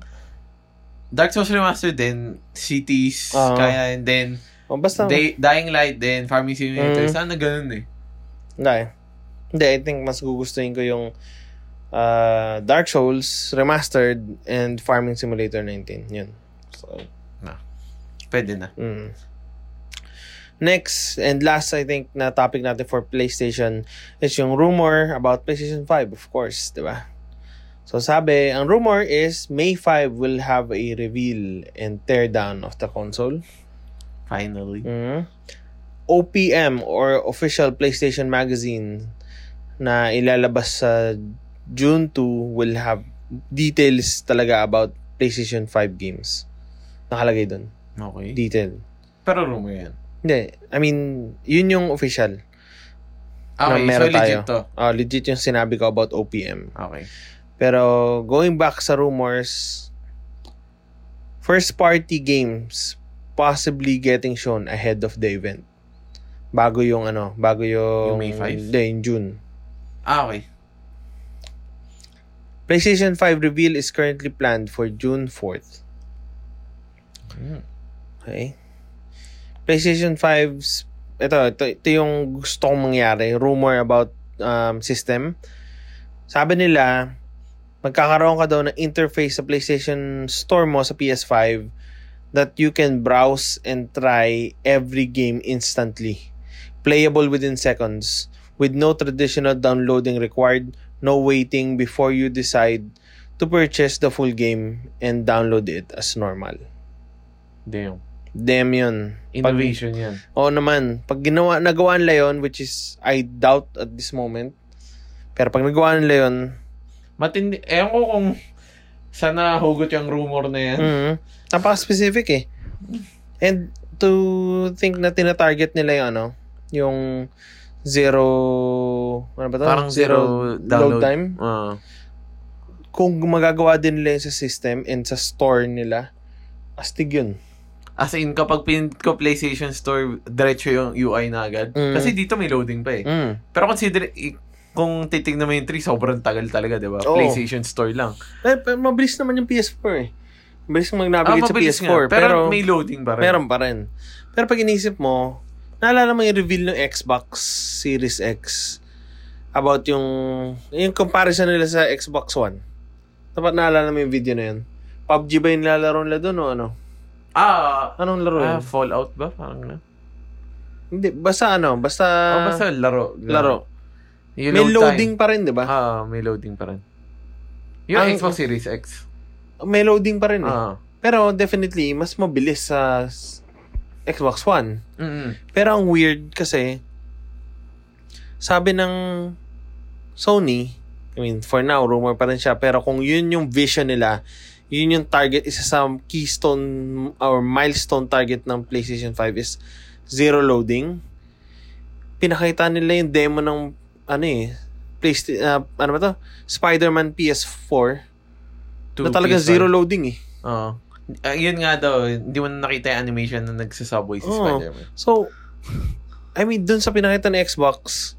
B: Dark Souls Remastered, then Cities,
A: Ah.
B: kaya, and then
A: O, Oh, basta,
B: Day- Dying Light, then Farming Simulator.
A: Mm.
B: Sana ganun eh.
A: hindi. Hindi, I think mas gugustuhin ko yung ah, Dark Souls Remastered and Farming Simulator 19. Yun. So,
B: Pwede na.
A: mm. Next and last, I think, na topic natin for PlayStation is yung rumor about PlayStation 5, of course, di ba? So sabi, ang rumor is May 5 will have a reveal and teardown of the console.
B: Finally.
A: Mhm. OPM or official PlayStation magazine na ilalabas sa June 2 will have details talaga about PlayStation 5 games. Nakalagay doon.
B: Okay.
A: Detail.
B: Pero rumor yan.
A: Hindi. I mean, yun yung official.
B: Okay, so
A: meron
B: legit
A: tayo.
B: to.
A: Ah, legit yung sinabi ko about OPM.
B: Okay.
A: Pero going back sa rumors, first party games possibly getting shown ahead of the event. Bago yung ano, bago yung,
B: Yung May 5?
A: Hindi, yung June.
B: Ah, okay.
A: PlayStation 5 reveal is currently planned for June 4th.
B: Mm.
A: Okay? PlayStation 5's ito, ito, ito yung gusto kong mangyari. Rumor about um, system. Sabi nila, magkakaroon ka daw ng interface sa PlayStation Store mo sa PS5 that you can browse and try every game instantly. Playable within seconds. With no traditional downloading required, no waiting before you decide to purchase the full game and download it as normal.
B: Damn.
A: Damn yun. Pag-
B: Innovation yan.
A: Oo naman. Pag ginawa, nagawa nila yun, which is I doubt at this moment, pero pag nagawa nila yun,
B: Matindi. Ewan ko kung sana hugot yung rumor na yan.
A: mm, napaka-specific eh. And to think na tina-target nila yung ano, yung zero, ano ba to?
B: Parang zero download.
A: load time.
B: Ah.
A: Kung magagawa din nila yun sa system and sa store nila, astig yun.
B: as in, kapag pinint ko PlayStation Store, diretso yung UI na agad.
A: Mm.
B: Kasi dito may loading pa eh.
A: Mm.
B: Pero consider, i- kung titignan mo yung 3, sobrang tagal talaga, di ba?
A: Oo.
B: PlayStation Store lang.
A: Eh, pero mabilis naman yung PS4 eh. Mabilis kang mag-navigate sa
B: Ah, mabilis
A: PS4.
B: nga. Pero, may loading pa rin.
A: Meron pa rin. Pero pag inisip mo, naalala mo yung reveal ng Xbox Series X about yung yung comparison nila sa Xbox One. Dapat naalala mo yung video na yun. PUBG ba yung nilalaro nila doon o ano?
B: Ah,
A: Anong laro yun?
B: ah, Fallout ba? Parang na.
A: Hindi, basta ano, basta,
B: oh, basta laro.
A: laro.
B: Yung
A: May
B: load
A: loading
B: time.
A: pa rin, di ba?
B: Ah, may loading pa rin. Yung
A: Ang-
B: Xbox Series X.
A: May loading pa rin eh.
B: Ah.
A: Pero definitely, mas mabilis sa s- Xbox One.
B: Mm-mm.
A: Pero ang weird kasi, sabi ng Sony, I mean, for now, rumor pa rin siya. Pero kung yun yung vision nila, yun yung target, isa sa keystone or milestone target ng PlayStation 5 is zero loading. Pinakita nila yung demo ng ano eh, PlayStation, ano ba to? Spider-Man PS4 na
B: To
A: talaga
B: PS5.
A: zero loading eh.
B: Oo. Ah, yun nga daw, hindi mo na nakita yung animation na nagsasubway si
A: Oo.
B: Spider-Man.
A: So, I mean, dun sa pinakita ng Xbox,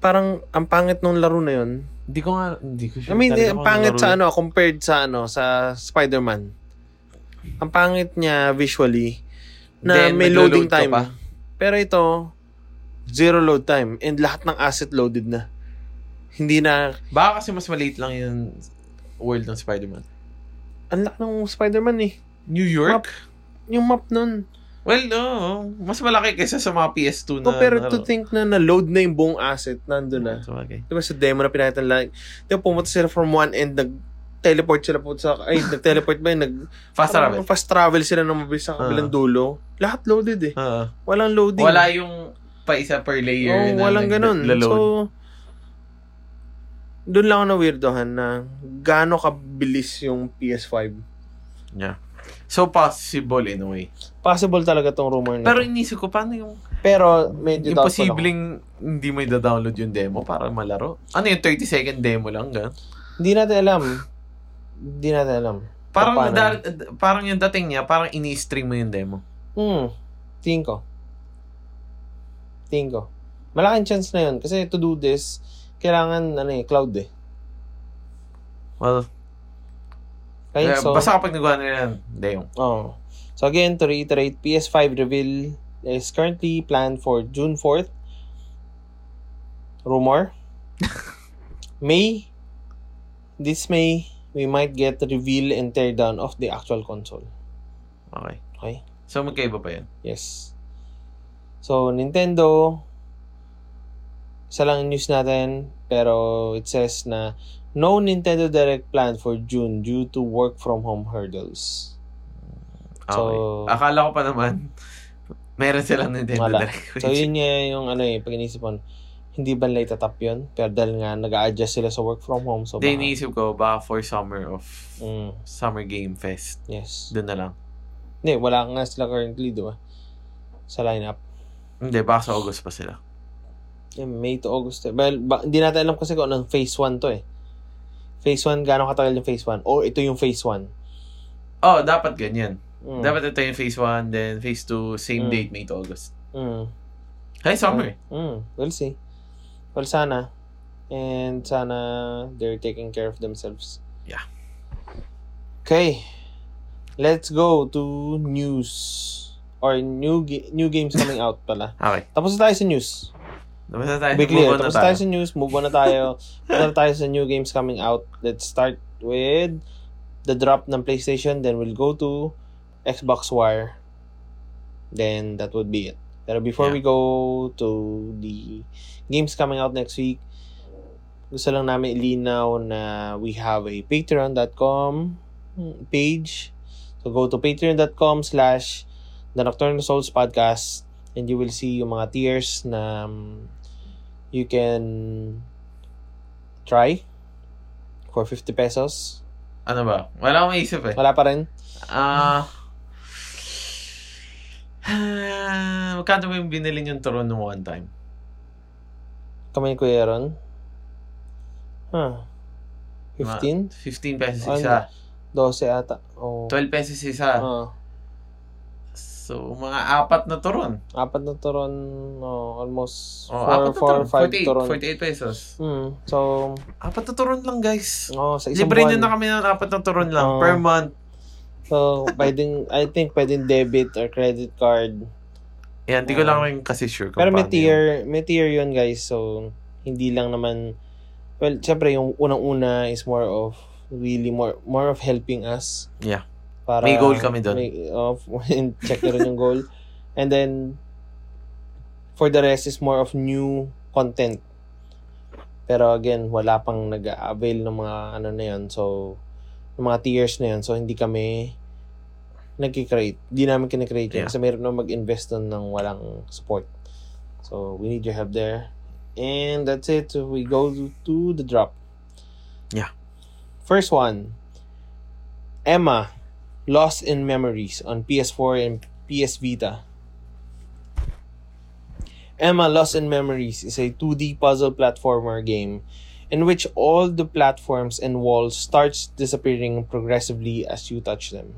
A: parang ang pangit nung laro na yun.
B: Hindi ko nga, hindi ko sure.
A: I mean,
B: Talaga
A: ang
B: kung
A: pangit
B: nalaro
A: sa
B: yun.
A: ano, compared sa ano, sa Spider-Man. Ang pangit niya visually ano, na
B: Then,
A: may
B: maglo-load
A: loading
B: ka
A: time.
B: pa.
A: Pero ito, zero load time and lahat ng asset loaded na. Hindi na,
B: Baka kasi mas maliit lang yung world ng Spider-Man.
A: ang laki ng Spider-Man eh.
B: New York?
A: Yung map nun.
B: Well, no. mas malaki kaysa sa mga PS2 na.
A: Compared to
B: nalaro.
A: think na na-load na yung buong asset, nandun na.
B: Sabagay.
A: Di ba Diba sa demo na pinakita nila, di ba pumunta sila from one end, nag-teleport sila po sa, ay, nag-teleport ba yun? Nag,
B: Fast travel.
A: parang Fast travel sila na mabilis sa kabilang
B: Ah.
A: dulo. Lahat loaded eh.
B: Oo.
A: Walang loading.
B: Ah. Wala yung pa isa per layer.
A: Oo,
B: na
A: Oh, walang
B: nag-
A: ganun.
B: laload.
A: So, doon lang ako na weirdohan na gaano kabilis yung PS5.
B: yeah. So, possible in a way.
A: Possible talaga tong rumor na.
B: Pero inisip ko, paano yung
A: pero medyo doubtful ako.
B: imposibleng hindi mo i-download yung demo para malaro? Ano yung 30-second demo lang, gan?
A: Hindi natin alam. Hindi natin alam.
B: Parang,
A: Paano?
B: nadal- d- parang yung dating niya, parang ini-stream mo yung demo.
A: Hmm. Tingin ko. Tingin ko. Malaking chance na yun. Kasi to do this, kailangan ano eh, cloud eh.
B: Well,
A: Kaya
B: eh,
A: so,
B: basta kapag nagawa nila ng demo.
A: oh. So again, to reiterate, PS5 reveal is currently planned for June 4th. Rumor. May, this May, we might get reveal and teardown of the actual console.
B: Okay.
A: Okay?
B: So, magkaiba pa yan.
A: Yes. So, Nintendo, isa lang yung news natin, pero it says na no Nintendo Direct planned for June due to work from home hurdles.
B: Okay.
A: So-
B: Akala ko pa naman, meron silang Nintendo
A: Wala.
B: Direct.
A: So, yun nga yung ano eh, pag inisipon, hindi ba nila itatap yun? Pero dahil nga, nag-a-adjust sila sa work from home. So, baka-
B: Then, iniisip ko, baka for summer of
A: Mm,
B: Summer Game Fest.
A: yes.
B: Doon na lang.
A: Hindi, wala nga sila currently, di ba? Sa lineup.
B: Hindi, baka sa August pa sila.
A: Yeah, May to August. eh. Well, ba, hindi natin alam kasi kung anong phase 1 to eh. Phase 1, gano'ng katagal yung phase 1? O ito yung phase 1.
B: Oh, dapat ganyan.
A: Mm.
B: Dapat ito yung phase 1, then phase 2,
A: Mm.
B: same date, May to August.
A: Mm.
B: Hey, summer.
A: Mm. We'll see. Well, sana. And sana they're taking care of themselves.
B: Yeah.
A: Okay. Let's go to news. Or new ga- new games coming out pala.
B: Okay.
A: Tapos na tayo sa news.
B: Tapos na tayo.
A: Be clear.
B: Move on na
A: Tapos
B: tayo.
A: tayo sa news. Move on na tayo. Move on na tayo sa new games coming out. Let's start with the drop ng PlayStation. Then we'll go to Xbox Wire. Then that would be it. Pero before we go to the games coming out next week, gusto lang namin ilinaw na we have a patreon.com page. So go to patreon.com slash the Nocturnal Souls Podcast and you will see yung mga tiers na mm, you can try for 50 pesos.
B: Ano ba? Wala akong maisip eh.
A: Wala pa rin.
B: Ah... Ah, magkano ba yung binili yung turon nung one time?
A: Kami ni Kuya Ron. Huh. 15?
B: 15 pesos
A: Ano?
B: isa.
A: 12 ata. Oh.
B: 12 pesos isa.
A: Ah,
B: So, mga apat na turon.
A: apat na turon. Oh, almost
B: Oh, apat na turon.
A: 4, 5 turon.
B: 48, 48 pesos.
A: Hmm. So,
B: Apat na turon lang, guys.
A: oh, sa isang
B: Libre
A: buwan. Ah.
B: nyo na kami ng apat na turon lang
A: Oo.
B: per month.
A: So, pwedeng, I think pwedeng debit or credit card.
B: Yan, di ko
A: Oo.
B: lang rin kasi sure
A: Ah.
B: kung
A: Pero may
B: paano yun.
A: tier, may tier yun guys. So, hindi lang naman well, syempre yung unang-una is more of really more more of helping us.
B: Yeah.
A: Para
B: May goal kami dun.
A: may- oh, and check na rin yung goal. And then for the rest is more of new content. Pero again, wala pang nag-avail ng mga ano na yun. So, ng mga tiers na yun. So, hindi kami nagki-create. Hindi namin kinecreate yun.
B: Yeah.
A: Kasi mayroon na mag-invest dun ng walang support. So, we need your help there. And that's it. We go to the drop.
B: Yeah.
A: First one. Emma, Lost in Memories on PS4 and PS Vita. Emma Lost in Memories is a 2D puzzle platformer game in which all the platforms and walls starts disappearing progressively as you touch them.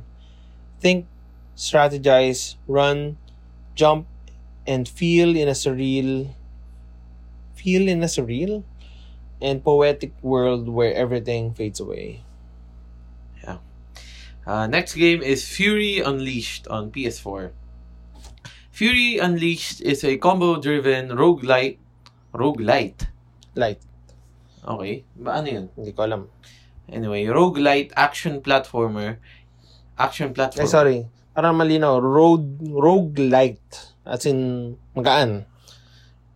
A: Think, strategize, run, jump, and feel in a surreal feel in a surreal and poetic world where everything fades away.
B: Uh, next game is Fury Unleashed on PS4. Fury Unleashed is a combo-driven roguelite. Roguelite?
A: Light.
B: Okay. Ba, ano yun?
A: Hindi ko alam.
B: Anyway, roguelite action platformer. Action
A: Ay,
B: platformer.
A: sorry. Parang malinaw. Road, roguelite. As in, magaan.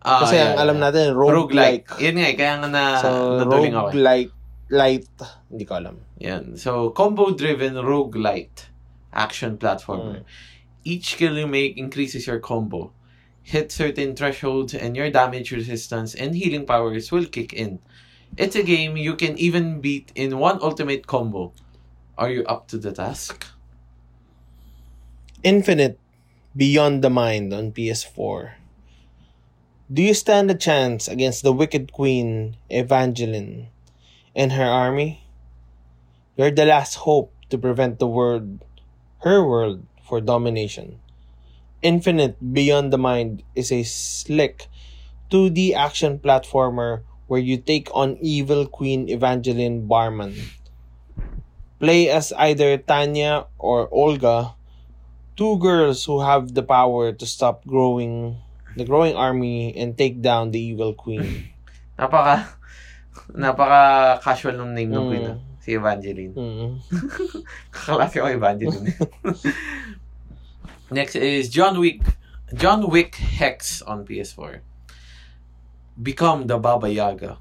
B: Ah,
A: Kasi
B: yeah,
A: ang alam
B: yeah.
A: natin,
B: roguelike.
A: roguelike.
B: Yun nga, eh, kaya nga na
A: so,
B: natuling ako. eh.
A: roguelite. Light. Hindi ko alam.
B: Yan. So, combo-driven roguelite action platformer. Each kill you make increases your combo. Hit certain thresholds and your damage resistance and healing powers will kick in. It's a game you can even beat in one ultimate combo. Are you up to the task?
A: Infinite Beyond the Mind on PS4. Do you stand a chance against the wicked queen, Evangeline, and her army? You're the last hope to prevent the world, her world, for domination. Infinite Beyond the Mind is a slick 2D action platformer where you take on evil Queen Evangeline Barman. Play as either Tanya or Olga, two girls who have the power to stop growing the growing army and take down the evil queen.
B: Napaka napaka casual ng name ng
A: Mm.
B: queen. ah. Si Evangeline.
A: Mm.
B: Kaklase ko Evangeline. Next is John Wick. John Wick Hex on PS4. Become the Baba Yaga.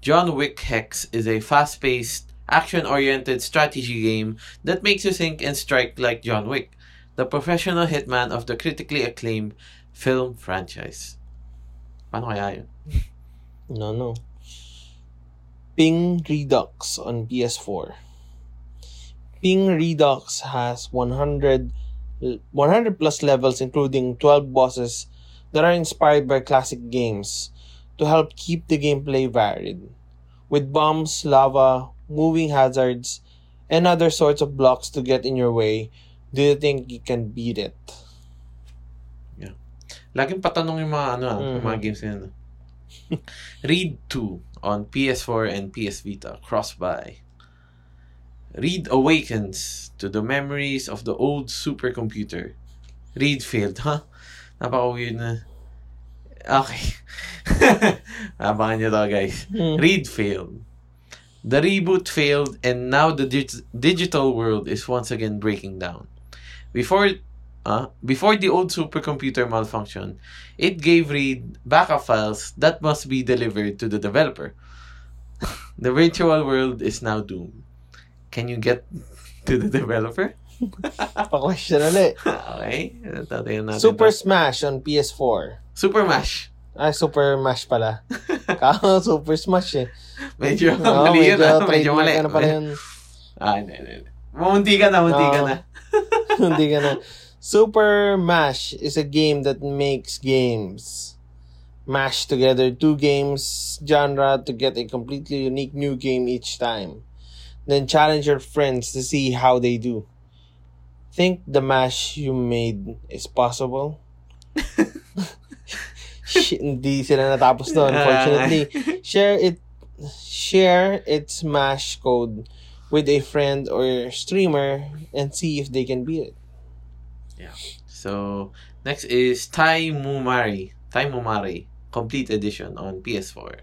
B: John Wick Hex is a fast paced, action oriented strategy game that makes you think and strike like John Wick, the professional hitman of the critically acclaimed film franchise. Paano kaya yun?
A: No, no. Ping Redux on PS4. Ping Redux has 100, l- 100 plus levels, including 12 bosses that are inspired by classic games to help keep the gameplay varied. With bombs, lava, moving hazards, and other sorts of blocks to get in your way, do you think you can beat it?
B: Laging patanong yung mga ano, ah, yung mga
A: Mhm.
B: games na yun. ah. Read 2 on PS4 and PS Vita, cross-buy. Read awakens to the memories of the old supercomputer. Read failed, huh? Napaka-weird na. Okay. Abangan nyo to, guys. Reed failed. Mm-hmm. The reboot failed, and now the dig- digital world is once again breaking down. Before, uh, before the old supercomputer malfunctioned, it gave Reed backup files that must be delivered to the developer. the virtual world is now doomed. Can you get to the developer?
A: Pa-question ulit.
B: okay. Tatayin natin
A: Super
B: to.
A: Smash on PS4.
B: Super Mash.
A: Ay, Ah, Super Mash pala. Kaka Super Smash eh.
B: medyo
A: Oo,
B: mali yun. ah. Medyo
A: Oh trademark
B: mali.
A: Ano pala yun? Oh.
B: Ah, hindi, hindi. hindi. Munti ka na, munti ka
A: Oo.
B: na.
A: Hindi ka na. Super Mash is a game that makes games. Mash together two games genre to get a completely unique new game each time. Then challenge your friends to see how they do. Think the mash you made is possible? Shit, Hindi sila natapos doon, unfortunately. share it share its mash code with a friend or streamer and see if they can beat it.
B: So next is Tai Mumari. Tai Mumari Complete Edition on PS4.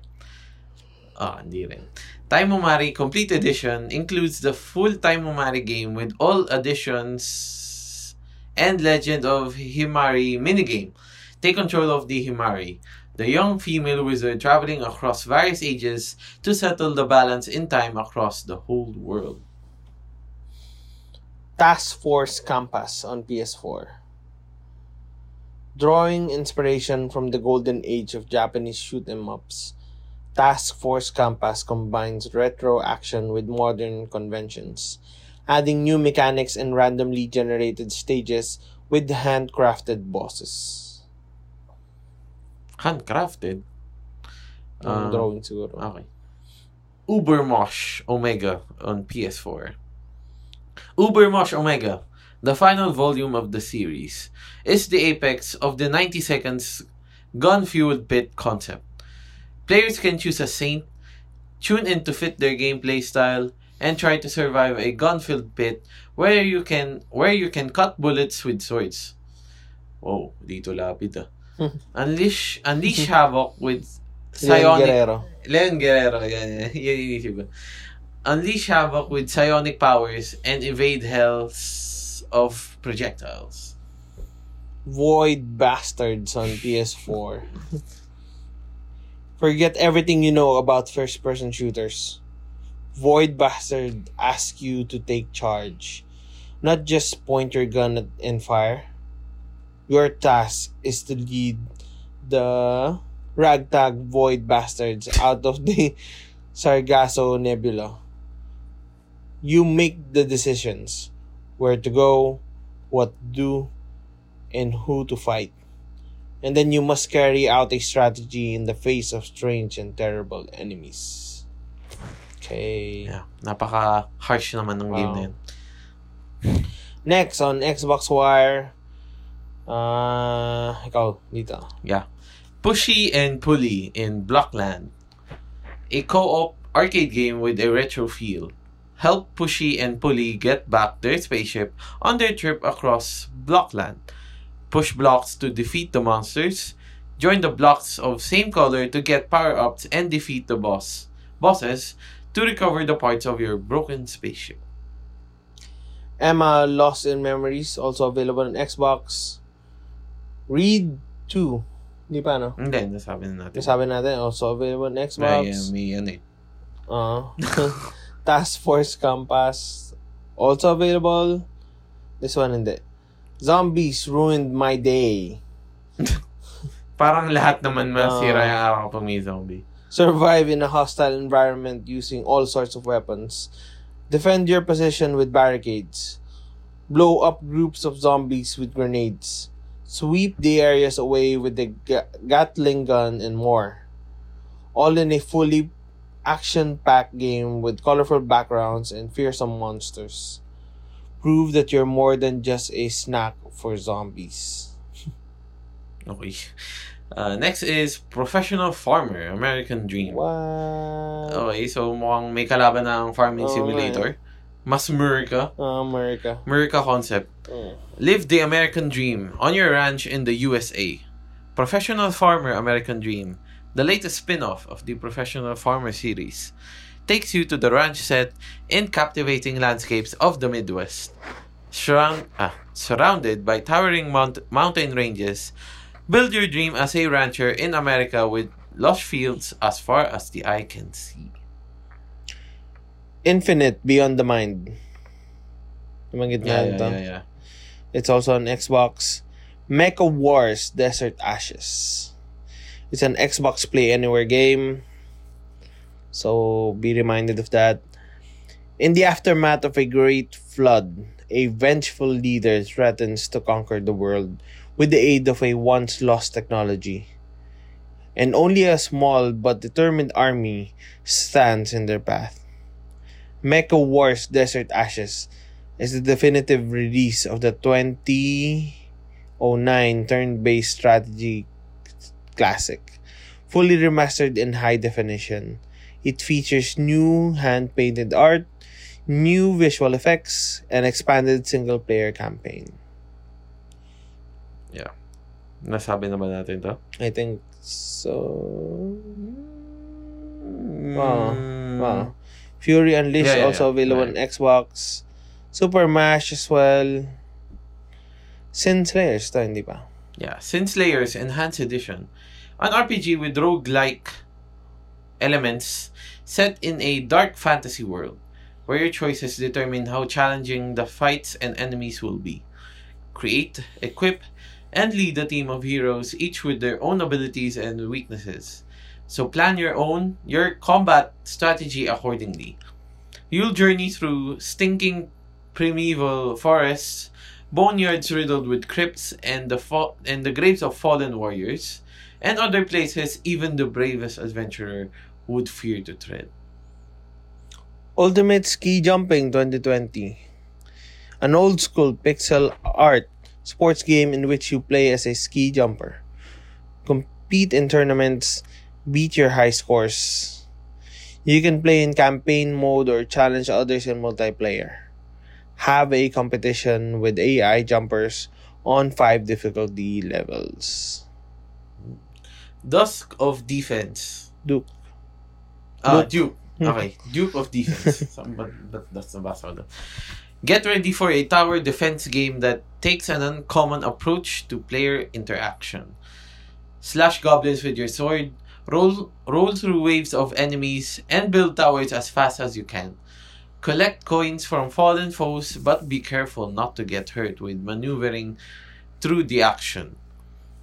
B: Ah, hindi rin. Time Umari Complete Edition includes the full Time Umari game with all additions and Legend of Himari minigame. Take control of the Himari, the young female wizard traveling across various ages to settle the balance in time across the whole world.
A: Task Force Campus on PS4. Drawing inspiration from the golden age of Japanese shoot 'em ups, Task Force Campus combines retro action with modern conventions, adding new mechanics and randomly generated stages with handcrafted bosses.
B: Handcrafted.
A: Ang
B: Ah.
A: drawing siguro.
B: Okay. Ubermosh Omega on PS4. Ubermosh Omega, the final volume of the series, is the apex of the 90 seconds gun fueled pit concept. Players can choose a saint, tune in to fit their gameplay style, and try to survive a gun filled pit where you can where you can cut bullets with swords. Wow, dito lapid ah. unleash unleash havoc with
A: Leon
B: psionic
A: Guerrero.
B: Leon Guerrero, yan, yan, yan inisip ko. Unleash havoc with psionic powers and evade hells of projectiles.
A: Void Bastards on PS4. Forget everything you know about first person shooters. Void Bastard asks you to take charge. Not just point your gun at, and fire. Your task is to lead the ragtag Void Bastards out of the Sargasso Nebula. You make the decisions where to go, what to do, and who to fight. And then you must carry out a strategy in the face of strange and terrible enemies. Okay.
B: Yeah, napaka-harsh naman ng game
A: Wow.
B: na yun.
A: Next on Xbox Wire. Uh, ikaw, dito.
B: Pushy and Pulley in Blockland. A co-op arcade game with a retro feel. Help Pushy and Pulley get back their spaceship on their trip across Blockland. Push blocks to defeat the monsters. Join the blocks of same color to get power-ups and defeat the boss bosses to recover the parts of your broken spaceship.
A: Emma Lost in Memories, also available on Xbox. Read 2. Di pa, no?
B: And then, nasabi na natin.
A: Nasabi natin, also available on
B: May,
A: Xbox.
B: may ano eh.
A: Uh, Task Force Compass. Also available. This one hindi. Zombies ruined my day.
B: Parang lahat naman
A: Ah.
B: masira yung araw pag may zombie.
A: Survive in a hostile environment using all sorts of weapons. Defend your position with barricades. Blow up groups of zombies with grenades. Sweep the areas away with the ga- Gatling gun and more. All in a fully action packed game with colorful backgrounds and fearsome monsters. Prove that you're more than just a snack for zombies.
B: Okay. Uh, next is Professional Farmer, American Dream.
A: Wow.
B: Okay, so mukhang may kalaban na ang
A: Oo
B: farming
A: nga eh.
B: simulator. Mas Murica.
A: Ah, America.
B: Murica concept.
A: Mm.
B: Live the American Dream on your ranch in the USA. Professional Farmer American Dream, the latest spin off of the Professional Farmer series, takes you to the ranch set in captivating landscapes of the Midwest. Surround, ah, surrounded by towering mount- mountain ranges, build your dream as a rancher in America with lush fields as far as the eye can see.
A: Infinite Beyond the Mind. Namanggit na ito.
B: yeah.
A: It's also on Xbox. Mecha Wars Desert Ashes. It's an Xbox Play Anywhere game. So be reminded of that. In the aftermath of a great flood, a vengeful leader threatens to conquer the world with the aid of a once lost technology. And only a small but determined army stands in their path. Mecha Wars Desert Ashes is the definitive release of the 2009 turn-based strategy classic. Fully remastered in high definition, it features new hand-painted art, new visual effects, and expanded single-player campaign.
B: Nasabi na ba natin to?
A: I think so. Wow. Wow. Fury Unleashed
B: Hmm. Yeah, yeah,
A: also
B: yeah.
A: available on Xbox. Super Mash as well. Since Reyes to, hindi ba?
B: Yeah, Sin's Layers Enhanced Edition. An RPG with roguelike elements set in a dark fantasy world where your choices determine how challenging the fights and enemies will be. Create, equip, and lead a team of heroes, each with their own abilities and weaknesses. So plan your own, your combat strategy accordingly. You'll journey through stinking primeval forests boneyards riddled with crypts and the fa- and the graves of fallen warriors, and other places even the bravest adventurer would fear to tread.
A: Ultimate Ski Jumping 2020. An old school pixel art sports game in which you play as a ski jumper. Compete in tournaments, beat your high scores. You can play in campaign mode or challenge others in multiplayer. Have a competition with AI jumpers on 5 difficulty levels.
B: Dusk of Defense.
A: Duke.
B: Uh, Duke. Okay, Duke of Defense. Some- but, but that's the best order. Get ready for a tower defense game that takes an uncommon approach to player interaction. Slash goblins with your sword, roll, roll through waves of enemies, and build towers as fast as you can. Collect coins from fallen foes, but be careful not to get hurt with maneuvering through the action.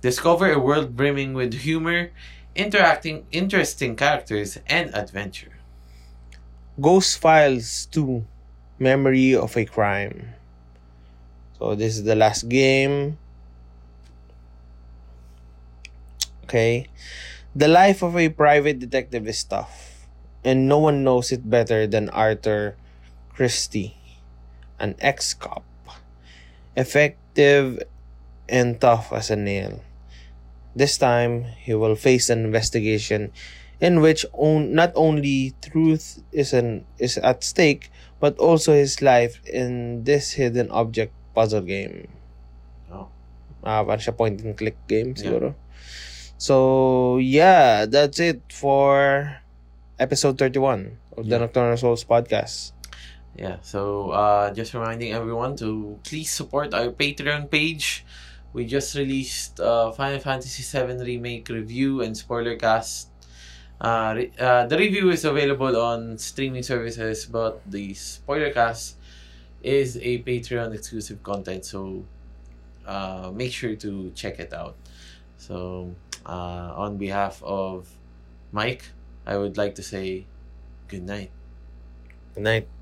B: Discover a world brimming with humor, interacting interesting characters, and adventure.
A: Ghost Files 2 Memory of a Crime. So this is the last game. Okay. The life of a private detective is tough, and no one knows it better than Arthur Christie, an ex cop. Effective and tough as a nail. This time, he will face an investigation in which on, not only truth is an is at stake but also his life in this hidden object puzzle game.
B: Oh.
A: Ah, parang siya point and click game
B: Yeah.
A: siguro. So, yeah, that's it for episode 31 of the
B: Yeah.
A: Nocturnal Souls podcast.
B: Yeah, so uh, just reminding everyone to please support our Patreon page. We just released uh, Final Fantasy VII Remake review and spoiler cast. Uh, re- uh, the review is available on streaming services, but the spoiler cast is a Patreon exclusive content, so uh, make sure to check it out. So, uh, on behalf of Mike, I would like to say good night.
A: Good night.